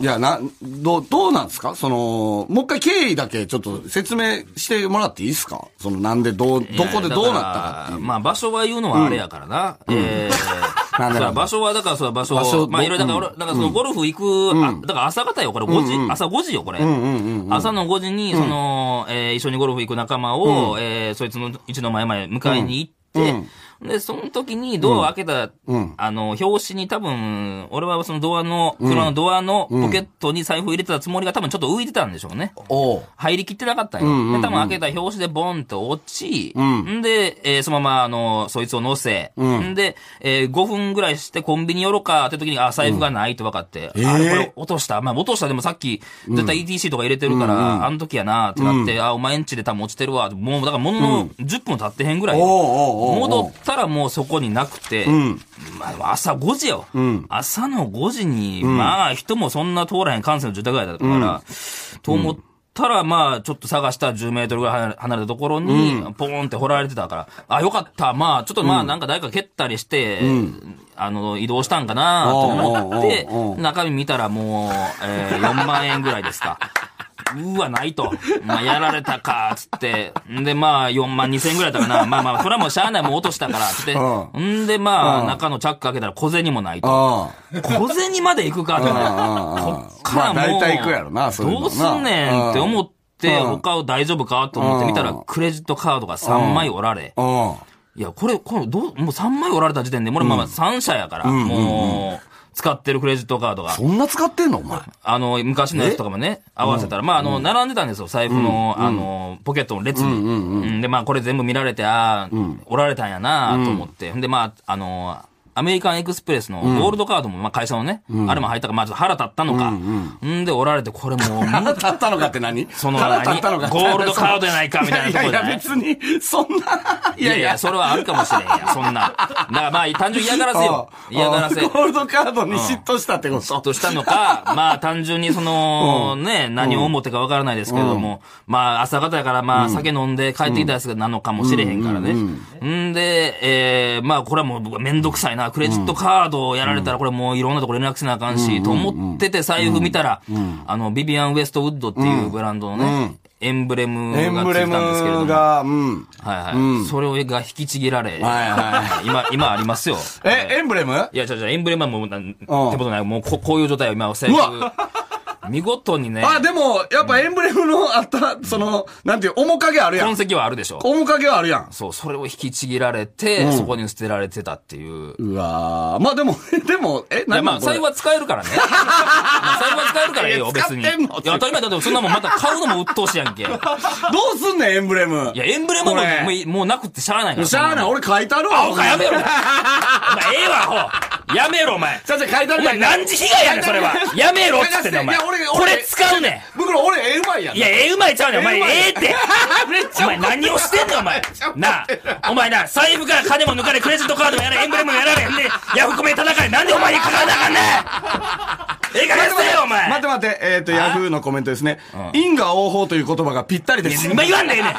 Speaker 3: いや、な、どう、どうなんですかその、もう一回経緯だけちょっと説明してもらっていいですかその、なんでどう、どこでどうなったかっていう。
Speaker 2: まあ場所は言うのはあれやからな。えー
Speaker 3: <laughs> なんだ
Speaker 2: そ
Speaker 3: な
Speaker 2: ら
Speaker 3: んだ
Speaker 2: 場所は、だから、そら場所
Speaker 3: 場所
Speaker 2: まあ、いろいろ、だから、俺、だから、その、ゴルフ行く、あだから朝方よ、これ、5時、朝5時よ、これ。朝の5時に、その、えー一緒にゴルフ行く仲間を、えーそいつの一の前まで迎えに行って、で、その時にドアを開けた、あの、表紙に多分、俺はそのドアの、車のドアのポケットに財布入れてたつもりが多分ちょっと浮いてたんでしょうね。
Speaker 3: おう
Speaker 2: 入りきってなかったんよ。で、多分開けた表紙でボンと落ち、ん、で、えーそのまま、あの、そいつを乗せ、ん、で、えー5分ぐらいしてコンビニ寄ろうかって時に、あ、財布がないと分かって、
Speaker 3: ん
Speaker 2: あ
Speaker 3: えー
Speaker 2: これ落とした。まあ、落としたでもさっき、絶対 ETC とか入れてるから、あの時やなってなって、あ、お前んちで多分落ちてるわ。もう、だからものの10分経ってへんぐらい。
Speaker 3: おうおうおうおう
Speaker 2: 戻ったらもうそこになくて、まあ、朝5時よ、朝の5時に、まあ人もそんな通らへん関西の住宅街だったから、と思ったら、まあちょっと探したら10メートルぐらい離れ離れたところに、ポーンって掘られてたから、あ、よかった、まあちょっとまあなんか誰か蹴ったりして、あの、移動したんかなと思って
Speaker 3: おうおうおうおう、
Speaker 2: 中身見たらもう、えー4万円ぐらいですか。うわ、ないと。まあ、やられたか、つって。んで、まあ、4万2千円ぐらいだったかな。まあまあ、それはもうしゃあない、もう落としたから、つって。
Speaker 3: うん
Speaker 2: で、まあ、中のチャック開けたら小銭もないと。
Speaker 3: あ
Speaker 2: 小銭まで行くかって
Speaker 3: あ
Speaker 2: な。
Speaker 3: あ
Speaker 2: こっからもう、
Speaker 3: まあ大体行くやろなそういうのな
Speaker 2: どうすんねんって思って、
Speaker 3: うん
Speaker 2: 他を大丈夫かと思ってみたら、クレジットカードが3枚おられ。
Speaker 3: あ。うん。
Speaker 2: いや、これ、この、どう、もう3枚おられた時点で、俺、まあまあ3社やから、もう、使ってるクレジットカードが。
Speaker 3: そんな使ってんのお前。
Speaker 2: あの、昔のやつとかもね、合わせたら、まあ、あの、並んでたんですよ、財布の、あの、ポケットの列に。うんで、まあ、これ全部見られて、ああ、おられたんやなと思って。で、まあ、あの、アメリカンエクスプレスのゴールドカードも、まあ、会社のね、あれも入ったから、まあ、ちょっと腹立ったのか。んで、おられて、これ <laughs> もう、
Speaker 3: 腹立ったのかって何
Speaker 2: その
Speaker 3: 腹立ったのかって
Speaker 2: ゴールドカードやないかみたいなとこ
Speaker 3: い
Speaker 2: じゃ
Speaker 3: や
Speaker 2: ない
Speaker 3: いや、別に、そんな、い
Speaker 2: いや
Speaker 3: や
Speaker 2: い
Speaker 3: い
Speaker 2: や、
Speaker 3: や、
Speaker 2: それはあるかもしれんや、そんな。だからまあ、単純に嫌がらせ <laughs> よ。
Speaker 3: うん
Speaker 2: 嫌がらせ。
Speaker 3: うんゴールドカードに嫉妬したってこ
Speaker 2: 嫉
Speaker 3: と。
Speaker 2: 妬したのか、
Speaker 3: <laughs>
Speaker 2: まあ単純にその、ね、何を思ってかわからないですけれども、まあ朝方やからまあ酒飲んで帰ってきたやつなのかもしれへんからね。んで、えーまあこれはもう僕はめんどくさいな。クレジットカードをやられたらこれもういろんなとこ連絡せなあかんし、と思ってて財布見たら、あの、ビビアン・ウエストウッドっていうブランドのね、エンブレムがつ
Speaker 3: エ
Speaker 2: いてた
Speaker 3: ン
Speaker 2: ん
Speaker 3: ブレ
Speaker 2: ですけれど
Speaker 3: ム
Speaker 2: も。
Speaker 3: が、うん。
Speaker 2: はいはい。それが引きちぎられ、
Speaker 3: はい
Speaker 2: <laughs>
Speaker 3: は
Speaker 2: 今、今ありますよ。
Speaker 3: え、エンブレム
Speaker 2: いや、じゃじゃエンブレムはもう、なんってことない。もうこ、こういう状態を今、最悪。見事にね、
Speaker 3: あ、でも、やっぱエンブレムのあった、その、なんていう、面影あるや
Speaker 2: 痕
Speaker 3: ん。
Speaker 2: 跡はあるでしょ。
Speaker 3: 面影はあるやん。
Speaker 2: そう、それを引きちぎられて、そこに捨てられてたっていう。
Speaker 3: うわーまあでも、 <laughs> えでも、え、
Speaker 2: いや、
Speaker 3: 何
Speaker 2: まあ、財布は使えるからね。まあ、財布は使えるからいいよ、
Speaker 3: いや
Speaker 2: 別に。い
Speaker 3: 使ってんの
Speaker 2: や、当たり前だって、そんなもんまた買うのも鬱陶しいやんけ。いや、
Speaker 3: どうすんねん、エンブレム。
Speaker 2: エンブレムも
Speaker 3: これ
Speaker 2: もう、もうなくってしゃあないから。
Speaker 3: しゃあない、
Speaker 2: お
Speaker 3: 俺書いてあるわ。
Speaker 2: 前やめろ、お前。お前ええわ、ほやめろ、お前。
Speaker 3: じゃあじゃあ書いてあ
Speaker 2: お
Speaker 3: る
Speaker 2: 前、何時被害やねん、それは。やめろっつってんだ、お前。
Speaker 3: いや
Speaker 2: こ
Speaker 3: 俺俺
Speaker 2: れ使うねん。
Speaker 3: 袋俺、ええうまいやん。
Speaker 2: いや、ええうまいちゃうねん、お前、ええって。
Speaker 3: めっち
Speaker 2: お
Speaker 3: ゃ
Speaker 2: 前何をしてんねん、お前。なあ、お前な、財布から金も抜かれ、クレジットカードもやられ、エンブレムもやられ、
Speaker 3: <laughs>
Speaker 2: ね、ヤフコメ叩かれ、なんでお前にかかなあかんねんええかげんにせえよ、お前。
Speaker 3: 待って待って、えっと、ヤフーのコメントですね。因果応報という言葉がぴったりです。
Speaker 2: 今言わんでええねん。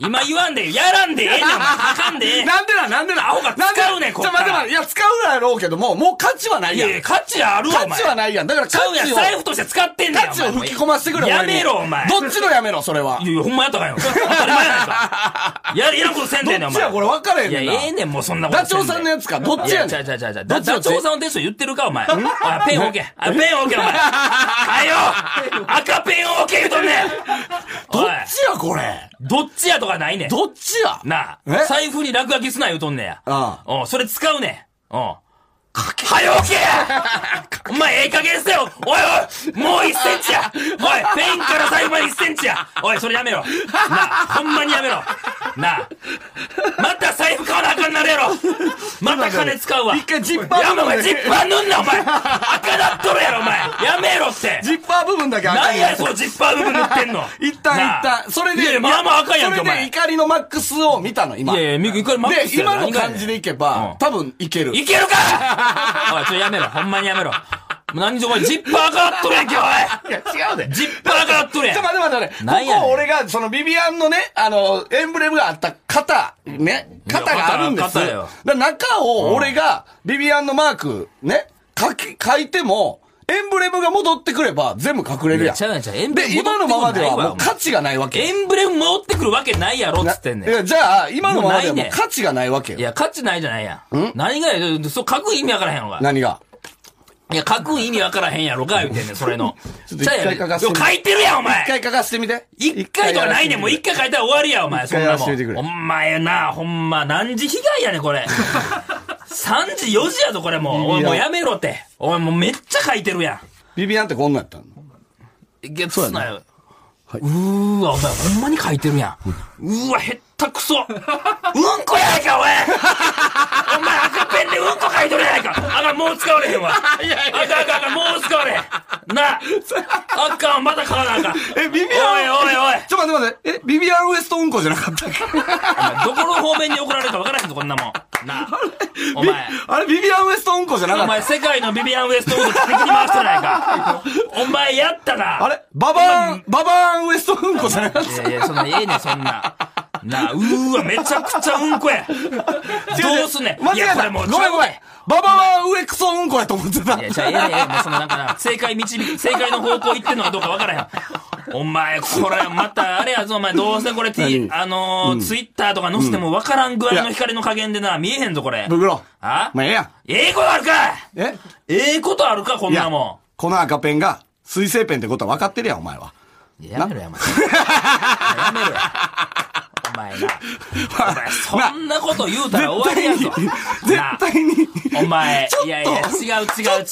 Speaker 2: 今言わんでええ。やらんでええねん、お前。かかんでええ。
Speaker 3: なんでな、なんでな、
Speaker 2: アホが
Speaker 3: なんでな
Speaker 2: 使うねんこっ
Speaker 3: ち
Speaker 2: か
Speaker 3: ょ、
Speaker 2: ら
Speaker 3: 待って待って、いや、使うやろうけども、もう価値はない
Speaker 2: い
Speaker 3: や
Speaker 2: や
Speaker 3: ん
Speaker 2: い。や、価値あるわ、お
Speaker 3: 価
Speaker 2: 前。
Speaker 3: 値はないやん。だから価
Speaker 2: 買うやん
Speaker 3: 値を、
Speaker 2: 財布として使ってんねん。
Speaker 3: 価値を吹き込ませてくれ、
Speaker 2: や
Speaker 3: 俺に
Speaker 2: めろ、お前。
Speaker 3: どっちのやめろ、それは。
Speaker 2: いやいや、ほんまやったかよ。当たり前やないか。や、いらんことせんでええねん、お
Speaker 3: どっ <laughs> ちや
Speaker 2: 前。
Speaker 3: これ分かれへん
Speaker 2: いや、
Speaker 3: ねん
Speaker 2: え
Speaker 3: な
Speaker 2: えねん、もうそんなこと
Speaker 3: ダ
Speaker 2: せ
Speaker 3: チ
Speaker 2: ん
Speaker 3: ョ
Speaker 2: で。
Speaker 3: ウさんのやつか、どっちや
Speaker 2: い
Speaker 3: ねん。
Speaker 2: ちゃうちゃうちゃう。
Speaker 3: ど
Speaker 2: ダ
Speaker 3: っち
Speaker 2: ダ
Speaker 3: の
Speaker 2: チョウさんのテスト言ってるか、お前。あ、ペンオーケー。あ、ペンオーケー、
Speaker 3: <laughs>
Speaker 2: お前。はよ赤ペンオーケー言うとんねん
Speaker 3: ど
Speaker 2: お
Speaker 3: っ
Speaker 2: い、
Speaker 3: ちや、これ。
Speaker 2: どっちやとかないねん。
Speaker 3: どっちや
Speaker 2: なあ、
Speaker 3: え
Speaker 2: 財布に落書きすな言うとんねや。
Speaker 3: あ
Speaker 2: おうそれ使うねん。おうはよけ <laughs> お前、ええ加減せよおいおいもう一センチやおいペンから財布まで一センチやおい、それやめろなあ、ほんまにやめろなあ、また財布買わなあかんなるや <laughs> ろまた金使うわ
Speaker 3: 一回ジッパー
Speaker 2: やめろお前、
Speaker 3: 部分だけ
Speaker 2: ジッパー塗んなお前赤なっとるやろお前やめろって
Speaker 3: ジッパー部分だけ赤い
Speaker 2: なんやそのジッパー部分塗って <laughs> んの
Speaker 3: 一旦
Speaker 2: なあ
Speaker 3: 一旦。それで、
Speaker 2: いやいやまあまあ赤いやんけお
Speaker 3: それ
Speaker 2: 前
Speaker 3: で怒りのマックスを見たの、今。
Speaker 2: いやいや、ミク、これマックスや
Speaker 3: で、
Speaker 2: ろ
Speaker 3: 今の感じでいけば、
Speaker 2: うん
Speaker 3: 多分いける。
Speaker 2: いけるか <laughs> おい、ちょ、やめろ。ほんまにやめろ。もう何時お前、ジッパーがっとるやんけ、おい
Speaker 3: や、違うで。
Speaker 2: ジッパーがっとるやん
Speaker 3: <laughs> ちょ、。待て待て待
Speaker 2: なん
Speaker 3: て。
Speaker 2: やねん
Speaker 3: ここ俺が、そのビビアンのね、あの、エンブレムがあった肩、ね、肩があるんです。
Speaker 2: 肩肩よ
Speaker 3: だから中を俺が、ビビアンのマーク、ね、書き、書いても、エンブレムが戻ってくれば全部隠れる
Speaker 2: い
Speaker 3: や
Speaker 2: や
Speaker 3: ん。
Speaker 2: ちゃうやんちゃうやんエンブレム
Speaker 3: で、今のままではもう
Speaker 2: 戻ってくんないわお前
Speaker 3: 価値がないわけ。
Speaker 2: エンブレム戻ってくるわけないやろ、つってん
Speaker 3: い
Speaker 2: ね
Speaker 3: や、じゃあ、今のままではもう
Speaker 2: もうないね
Speaker 3: 価値がないわけ
Speaker 2: ん。
Speaker 3: よ
Speaker 2: い。や、価値ないじゃないやん。何がや、そう、書く意味わからへんのか。
Speaker 3: 何が
Speaker 2: いや、書く意味わからへんやろか、言うてんねん、それの。
Speaker 3: ちょっと一回
Speaker 2: ちゃうやん
Speaker 3: 書かせて
Speaker 2: よ書いてるやん、お前
Speaker 3: 一回書かせてみて。
Speaker 2: 一回とかないねん、もう一回書いたら終わりや、お前、
Speaker 3: 一
Speaker 2: そん
Speaker 3: 回や
Speaker 2: な
Speaker 3: らせ
Speaker 2: も
Speaker 3: てみてく
Speaker 2: ん。
Speaker 3: れ
Speaker 2: ほんまやな、ほんま、何時被害やねん、
Speaker 3: <laughs>
Speaker 2: これ。3時、4時やぞ、これもう。おい、もうやめろって。おい、もうめっちゃ書いてるやん。
Speaker 3: ビビアンってこんなんやったの
Speaker 2: ゲッツなよ。うーわ、お前ほんまに書いてるやん。うーわ、へったくそ。うんこやないか、お
Speaker 3: <laughs>
Speaker 2: いお前赤ペンでうんこ書いてるやないか。あかん、もう使われへんわ。あかんあかんあかん、もう使われへん。なあ、あかん、また書かなあかん。
Speaker 3: え、ビビアン
Speaker 2: おいおいおい
Speaker 3: ちょ、待って待って。え、ビビアンウエストうんこじゃなかったっけ
Speaker 2: お前どこの方面に怒られるか分からへんぞ、こんなもん。なあ。お前。
Speaker 3: あれ、ビビアンウエストうんこじゃなか
Speaker 2: お
Speaker 3: った
Speaker 2: 前、世界のビビアン・ウエストウッド敵に回したないか。お前、やったな。
Speaker 3: あれババーン、ババーンウエストうんこじゃなかっ
Speaker 2: いやいや、そんな、ええねんそんな。なあ、うーわ、めちゃくちゃうんこや。
Speaker 3: た
Speaker 2: どうすんねん。
Speaker 3: 間
Speaker 2: い
Speaker 3: 違え
Speaker 2: や、こ
Speaker 3: た。
Speaker 2: れ
Speaker 3: ご
Speaker 2: も
Speaker 3: め
Speaker 2: うん
Speaker 3: ごめん。ババはウエクソうんこやと思ってた <laughs>
Speaker 2: い。や、じゃあ、ええねんええねんもうその、なんかな、正解導き、正解の方向行ってんのかどうかわからへん。お前、これ、また、あれやぞ、お前、どうせこれ、T、
Speaker 3: 何
Speaker 2: あのー、ツイッターとか載せても分からん具合の光の加減でな、見えへんぞ、これ。
Speaker 3: ブクロ。
Speaker 2: あ
Speaker 3: まあ、ええやん。
Speaker 2: ええことあるか
Speaker 3: え
Speaker 2: ええことあるか、こん
Speaker 3: い
Speaker 2: な
Speaker 3: や
Speaker 2: も、
Speaker 3: この赤ペンが水性ペンってことは分かってるやん、お前は。
Speaker 2: ん。いややめろや、
Speaker 3: <laughs>
Speaker 2: お前。やめろや。お前な。お前、そんなこと言うたら終わりやぞ。な
Speaker 3: 絶対に。
Speaker 2: お前
Speaker 3: ちょっ、と
Speaker 2: いやいや、違う違う違う。
Speaker 3: ち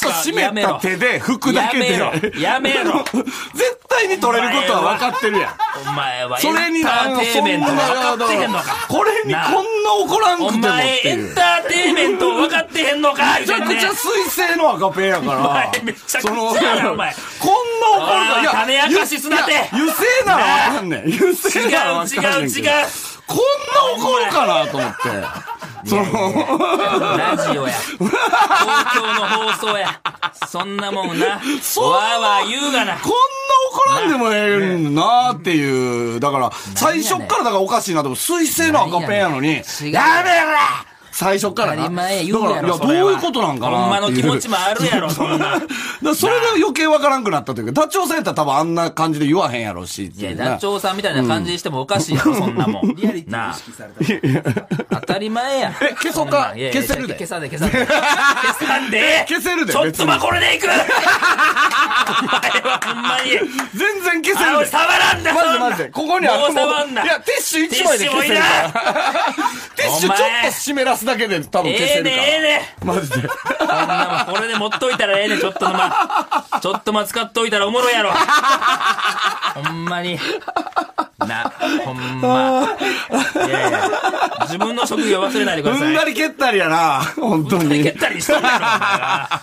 Speaker 3: ょっと湿
Speaker 2: やめ
Speaker 3: った
Speaker 2: ろ
Speaker 3: 手で拭くだけで。
Speaker 2: やめろやめろ
Speaker 3: <laughs> 絶対に取れることは分かってるやん。
Speaker 2: お前はエ
Speaker 3: それに
Speaker 2: ンターテイメント分かってへんのか。
Speaker 3: これにこん
Speaker 2: な
Speaker 3: な怒らんく
Speaker 2: お
Speaker 3: ても
Speaker 2: 前
Speaker 3: っ、て
Speaker 2: エ
Speaker 3: いう
Speaker 2: ンタ。ーテイメント分かってへんのか
Speaker 3: め
Speaker 2: み
Speaker 3: ち
Speaker 2: た
Speaker 3: ゃ
Speaker 2: いな
Speaker 3: くちゃ水性の赤ペンやか
Speaker 2: <laughs>
Speaker 3: ら。
Speaker 2: お前めちゃくちゃやなお前
Speaker 3: そのこんな怒るか
Speaker 2: おい
Speaker 3: いや。
Speaker 2: 種明かしすなって
Speaker 3: いや油性ならわかんねん。油性ならわかんねんけど。
Speaker 2: 違う違う違う
Speaker 3: こんな怒るかなと
Speaker 2: <laughs>
Speaker 3: 思って。その、
Speaker 2: ラジオ
Speaker 3: <laughs>
Speaker 2: や。東京の放送や。そんなもんな。
Speaker 3: そんな
Speaker 2: わーわー言うがな。
Speaker 3: こんな怒らんでもええんなっていう。だから、最初っからだからおかしいなと思う。水性の赤ペンやのに。や
Speaker 2: 違う
Speaker 3: めろ最初っから
Speaker 2: 当
Speaker 3: な。
Speaker 2: たり前言うやろ。
Speaker 3: だからいや、どういうことなんかな
Speaker 2: ほんま
Speaker 3: って
Speaker 2: の
Speaker 3: い
Speaker 2: 気
Speaker 3: う
Speaker 2: 持ちもあるやろ、そんな。
Speaker 3: <laughs> だからそれが余計わからんくなったというか、ダチョウさんやったら多分あんな感じで言わへんやろうしって
Speaker 2: いうや、
Speaker 3: な。
Speaker 2: ダチョウさんみたいな感じにしてもおかしいやろ、そんなもん。なあ。当たり前や。
Speaker 3: え消そうか
Speaker 2: そんなんいやいや
Speaker 3: 消せるで
Speaker 2: 消さんで、消さんで。消さんで
Speaker 3: 消せるで
Speaker 2: ちょっ
Speaker 3: 別
Speaker 2: と
Speaker 3: に
Speaker 2: ま、これでいくお前はほんま
Speaker 3: <laughs>
Speaker 2: に。
Speaker 3: 全然消
Speaker 2: あ、俺
Speaker 3: せるで。
Speaker 2: 触らんだ
Speaker 3: マジマジで。ここにあ
Speaker 2: も
Speaker 3: る
Speaker 2: う触んない
Speaker 3: や、ティッシュ1枚で消せるから。ティッシュちょっと湿らすだけで多分消
Speaker 2: え
Speaker 3: せ
Speaker 2: え
Speaker 3: るか
Speaker 2: ね
Speaker 3: ら。
Speaker 2: ええね
Speaker 3: マジで。
Speaker 2: こんなもんこれで持っといたらええねちょっとのまちょっとま使っといたらおもろいやろほんまになほんまいやいや自分の職業忘れないでくださ
Speaker 3: 踏
Speaker 2: い
Speaker 3: んだり蹴ったりやな。 <laughs> 本
Speaker 2: <laughs>
Speaker 3: 当に。
Speaker 2: 蹴ったりしとんねんお前
Speaker 3: <laughs>
Speaker 2: がほ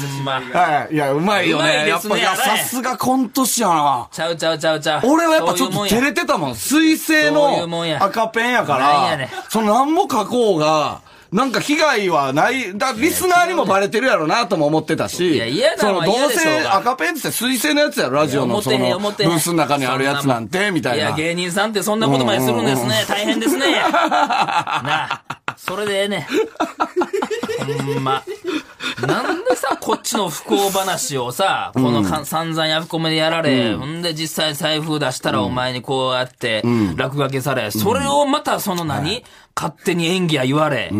Speaker 2: んま
Speaker 3: はい。いや、うまいよ
Speaker 2: う
Speaker 3: ね。
Speaker 2: まいで
Speaker 3: やっ
Speaker 2: す
Speaker 3: ぱ
Speaker 2: ね
Speaker 3: いや
Speaker 2: あれ
Speaker 3: さすがコント師やな。
Speaker 2: ちゃうちゃうちゃうちゃう
Speaker 3: 俺はやっぱちょっと照
Speaker 2: レ
Speaker 3: れてたもん。水性
Speaker 2: そういうもんや
Speaker 3: の赤ペンやか
Speaker 2: なんやねん
Speaker 3: ら、その何も書こうが、なんか被害はない、だ、リスナーにもバレてるやろなとも思ってたし、
Speaker 2: いや嫌な
Speaker 3: そ
Speaker 2: の
Speaker 3: の
Speaker 2: は
Speaker 3: ど
Speaker 2: 嫌
Speaker 3: う
Speaker 2: でしょうが
Speaker 3: せ赤ペンって水性のやつやろ、ラジオのそのブースの中にあるやつなんて、みたい
Speaker 2: い
Speaker 3: な。
Speaker 2: や芸人さんってそんなことまでするんですね大変です
Speaker 3: <laughs>
Speaker 2: ねなあそれでええねほんまなんでさこっちの不幸話をさこのか、散々ヤフコメでやられ、ほんで実際財布出したらお前にこうやって落書きされ、それをまたその何、勝手に演技や言われ、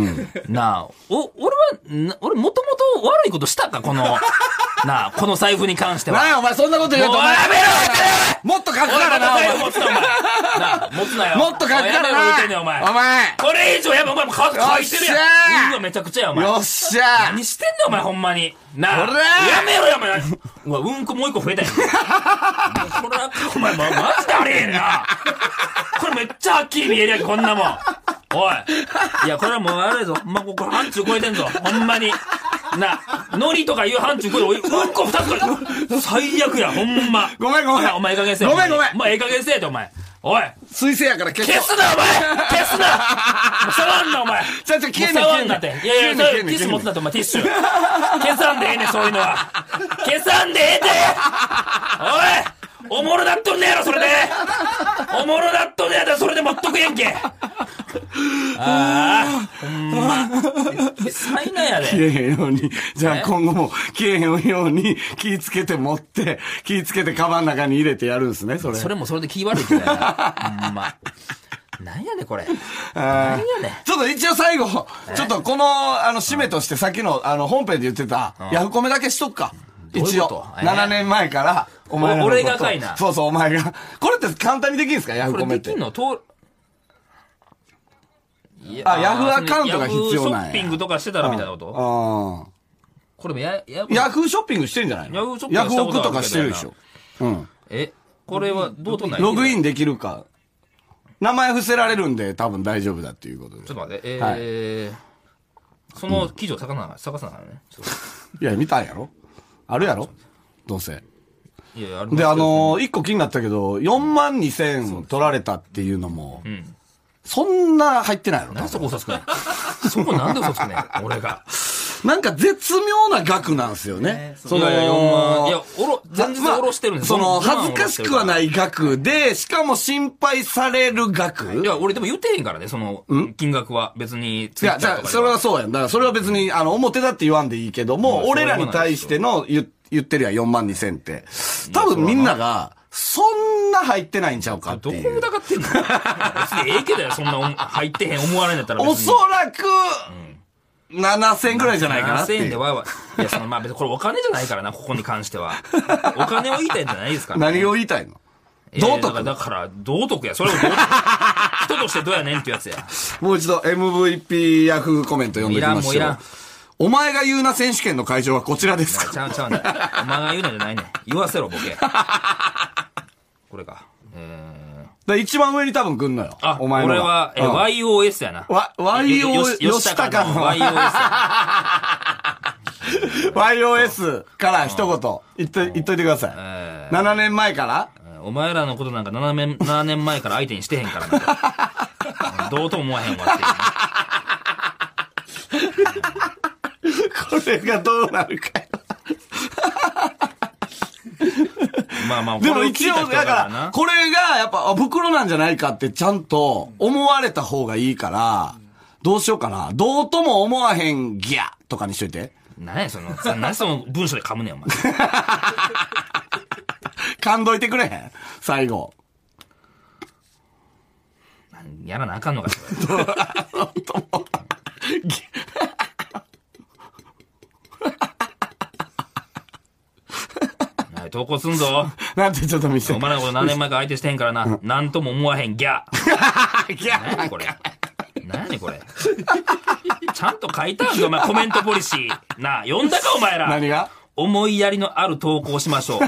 Speaker 2: なあお俺はな俺もともと悪いことしたかこ
Speaker 3: <laughs>
Speaker 2: のなあこの財布に関しては
Speaker 3: なんや、お前そんなこと言うと、
Speaker 2: もう
Speaker 3: お前
Speaker 2: やめろや
Speaker 3: もっと書くか
Speaker 2: お前
Speaker 3: らな、お前
Speaker 2: 持つな、お前。なあ、持つなよ。
Speaker 3: もっと書くか
Speaker 2: おいやめろ言うてんね
Speaker 3: ら
Speaker 2: ん
Speaker 3: な、
Speaker 2: お前。
Speaker 3: お前
Speaker 2: これ以上やばお前もう書いてるや
Speaker 3: よっしゃ
Speaker 2: ん。
Speaker 3: ー
Speaker 2: うわ、めちゃくちゃや、お前。
Speaker 3: よっしゃ
Speaker 2: 何してんの、お前、ほんまに。なあ。
Speaker 3: こら
Speaker 2: やめろよ、お前。うわ、うんこもう一個増えたやん。
Speaker 3: <laughs>
Speaker 2: もうこれは、お前、まマジであれへんな。これめっちゃはっきり見えるやん、こんなもん。おい。いや、これはもうあれぞ。ほんま、ここ、範疇超えてんぞ。ほんまに。なあ、ノリとかいう範疇超えて、おいうんこ二つ最悪や、ほんま。
Speaker 3: ごめんごめん
Speaker 2: お前、ええ加減せえ
Speaker 3: ごめんごめん
Speaker 2: お前、ええ加減せえって、お前。おい。
Speaker 3: 水性やから消
Speaker 2: 消
Speaker 3: そう
Speaker 2: すな、お前消すな触んな、お前
Speaker 3: ちょちょ消えね
Speaker 2: もう触んなって。い
Speaker 3: 消
Speaker 2: や
Speaker 3: え
Speaker 2: い
Speaker 3: ね
Speaker 2: や、そ
Speaker 3: 消
Speaker 2: れ
Speaker 3: え
Speaker 2: テ
Speaker 3: ね
Speaker 2: ィッシュ
Speaker 3: 消えね
Speaker 2: 持ってたって、お前、ティッシュ。消さんでええねん、そういうのは。消さんでええでおいおもろなっとんねやろ、それでおもろなっとんねやったら、それで持っとくやんけああ、ほんま。災難やで。
Speaker 3: 消えへんように。じゃあ
Speaker 2: え
Speaker 3: 今後も消えへんように気ぃつけて持って、気ぃつけてカバンの中に入れてやるんですね、それ。
Speaker 2: それもそれで気悪いけどやな。ほんま。なんやねん、これ。
Speaker 3: あ
Speaker 2: なん
Speaker 3: ー
Speaker 2: やねん。
Speaker 3: ちょっと一応最後、ちょっとこの、あの、締めとしてさっきの、あの、本編で言ってた、ヤフコメだけしとくか。
Speaker 2: どういうこと
Speaker 3: 一応。
Speaker 2: えー
Speaker 3: 7年前から、お前らのこと
Speaker 2: 俺がかいな
Speaker 3: そうそう、お前が。 <laughs> これって簡単にできるんですかヤフ
Speaker 2: こ
Speaker 3: コ
Speaker 2: れ
Speaker 3: メっ
Speaker 2: でき
Speaker 3: て。
Speaker 2: んの通いや
Speaker 3: あヤフーアカウントが必要な
Speaker 2: ヤ
Speaker 3: んや
Speaker 2: フーショッピングとかしてたらみたいなこと
Speaker 3: あ
Speaker 2: これもや、や
Speaker 3: ーヤフーショッピングしてんじゃないの
Speaker 2: ヤフーショッピングはし
Speaker 3: ヤ
Speaker 2: た
Speaker 3: フ
Speaker 2: こ
Speaker 3: オ
Speaker 2: と
Speaker 3: ク
Speaker 2: あるけど
Speaker 3: とかしてるでしょ。うん。
Speaker 2: え、これはどうとんない
Speaker 3: ログイ
Speaker 2: ン。
Speaker 3: ンできるか。名前伏せられるんで多分大丈夫だっていうことで
Speaker 2: ちょっ。と待って、えー、その記事を探さな、探さなあかんね。ちょっ
Speaker 3: いや、見たんやろあるやろどうせ。
Speaker 2: といやいや、あれ
Speaker 3: で、あ、のー、一個気になったけど、4万2千取られたっていうのも、そんな入ってないの
Speaker 2: なんでそこ嘘つくねんそこなんで嘘つくねん <laughs> 俺が。
Speaker 3: なんか絶妙な額なんですよね。そ
Speaker 2: い
Speaker 3: の、
Speaker 2: やいや、4万いや、おろ、全然
Speaker 3: まあ
Speaker 2: おろしてるんです。
Speaker 3: その、恥ずかしくはいない額で、しかも心配される
Speaker 2: い
Speaker 3: 額。
Speaker 2: や、俺でも言ってへんからね、その、金額は別に、
Speaker 3: いや、じゃあ、それはそうやん。だから、それは別に、あの、表だって言わんでいいけども、
Speaker 2: まあ
Speaker 3: 俺らに対しての言言ってるやん、4万2千って。多分みんなが、そんな入ってないんちゃうかっ
Speaker 2: ど
Speaker 3: て
Speaker 2: こ
Speaker 3: いう。
Speaker 2: 疑ってん
Speaker 3: <laughs>
Speaker 2: の別にええけどよ、そんなお入ってへん思われんやったら別に。
Speaker 3: おそらく、7000ぐらいじゃないかなって
Speaker 2: 7000円
Speaker 3: い
Speaker 2: で
Speaker 3: う。
Speaker 2: わいわい。いや、その、まあ別にこれお金じゃないからな、ここに関して
Speaker 3: <laughs>
Speaker 2: は。お金を言いたいんじゃないですから、
Speaker 3: 何を言いたいの
Speaker 2: えーだ
Speaker 3: 道
Speaker 2: から
Speaker 3: 徳
Speaker 2: だから、道徳や。それを道徳。人としてどうやねんってやつや。
Speaker 3: もう一度 MVP ヤフーコメント読んでいきましょう。
Speaker 2: いらんもういらん
Speaker 3: お前が言うな選手権の会場はこちらです
Speaker 2: ちゃ
Speaker 3: か
Speaker 2: うちゃうねん。お前が言うのじゃないねん。言わせろ、ボケ。これか。えー、
Speaker 3: で一番上に多分来んのよ。
Speaker 2: あ、
Speaker 3: お前の
Speaker 2: 俺は、えー
Speaker 3: うん
Speaker 2: YOS やな。
Speaker 3: わ YO
Speaker 2: よし吉高
Speaker 3: <laughs>
Speaker 2: の YOS や。
Speaker 3: YOS から一言言っと、言っといてくださ
Speaker 2: え
Speaker 3: い。7年前から
Speaker 2: ーお前らのことなんか7年 ,7 年前から相手にしてへんからな。 <laughs> どうとも思わへんわっていうね。
Speaker 3: これがどう
Speaker 2: <laughs>
Speaker 3: なるかよ。
Speaker 2: まあまあ、
Speaker 3: で
Speaker 2: こ
Speaker 3: も
Speaker 2: れを
Speaker 3: 一
Speaker 2: 聞いた
Speaker 3: 応、
Speaker 2: 人だ
Speaker 3: だ
Speaker 2: から
Speaker 3: から
Speaker 2: な、。
Speaker 3: これがやっぱ、あ袋なんじゃないかってちゃんと思われた方がいいから、どうしようかな。どうとも思わへんギャとかにしといて。
Speaker 2: 何やその、何その文章で噛むねん、お前。 <laughs>
Speaker 3: 感動いてくれへん最後。
Speaker 2: やらなあかんのか、それ。 <laughs> はい、投稿すんぞ。
Speaker 3: なんてちょっと見せ
Speaker 2: お
Speaker 3: て。
Speaker 2: 前らのこと何年前か相手してへんからな。なんとも思わへん、ギ <laughs> ャ。
Speaker 3: ギャ
Speaker 2: 何やねんこれ。何やねんこれ。ちゃんと書いたんぞ、お前、コメントポリシー。なあ、読んだか、お前ら。
Speaker 3: <laughs> 何が
Speaker 2: 思いやりのある投稿をしまし
Speaker 3: <laughs>
Speaker 2: ょう。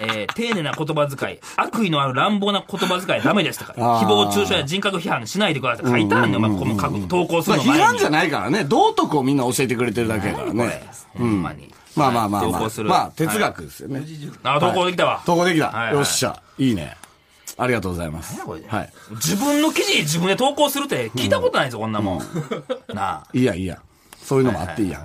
Speaker 2: えー、丁寧な言葉遣い、悪意のある乱暴な言葉遣いはダメですとか、
Speaker 3: あー
Speaker 2: 誹謗中傷や人格批判しないでください。書いてあんねん、お前、ここも書く、投稿す
Speaker 3: まあ
Speaker 2: るの
Speaker 3: 批
Speaker 2: 前に。
Speaker 3: 判じゃないからね。道徳をみんな教えてくれてるだけやから
Speaker 2: これ
Speaker 3: ね。
Speaker 2: ほんまに。
Speaker 3: まあまあまあま
Speaker 2: 投稿す
Speaker 3: あ。
Speaker 2: る。
Speaker 3: まあ、哲
Speaker 2: はい。
Speaker 3: 学ですよね。
Speaker 2: あ、投稿できたわ。
Speaker 3: 投稿でき
Speaker 2: はい
Speaker 3: た。
Speaker 2: はい
Speaker 3: よっしゃ。いいね。ありがとうございます。
Speaker 2: これ
Speaker 3: はい。
Speaker 2: 自分の記事に自分で投稿するって聞いたことないぞ、こんなもん。なあ。
Speaker 3: いいやいいや。そういうのもあっていいやん。う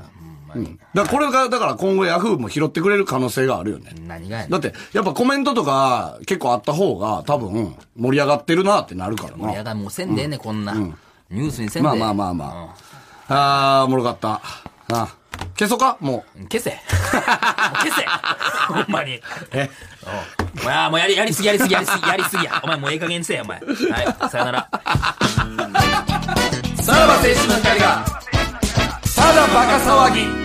Speaker 3: んだからこれが、だから今後ヤフーも拾ってくれる可能性があるよね。
Speaker 2: 何がやねん
Speaker 3: だって、やっぱコメントとか結構あった方が多分盛り上がってるなってなるから
Speaker 2: 盛り上
Speaker 3: な。
Speaker 2: がりもうせんでええねんこんな。ニュースにせんで
Speaker 3: まあまあまあまあ。あー、おもろかった。あ消そうかも
Speaker 2: あ。消せ。もう消せ。ほんまに。えまあ、もうやり、やりすぎやりすぎやりすぎやりすぎや。お前もうええ加減にせえ、お前。はい、さよなら。
Speaker 3: う。さらば青春の光が、ただバカ騒ぎ。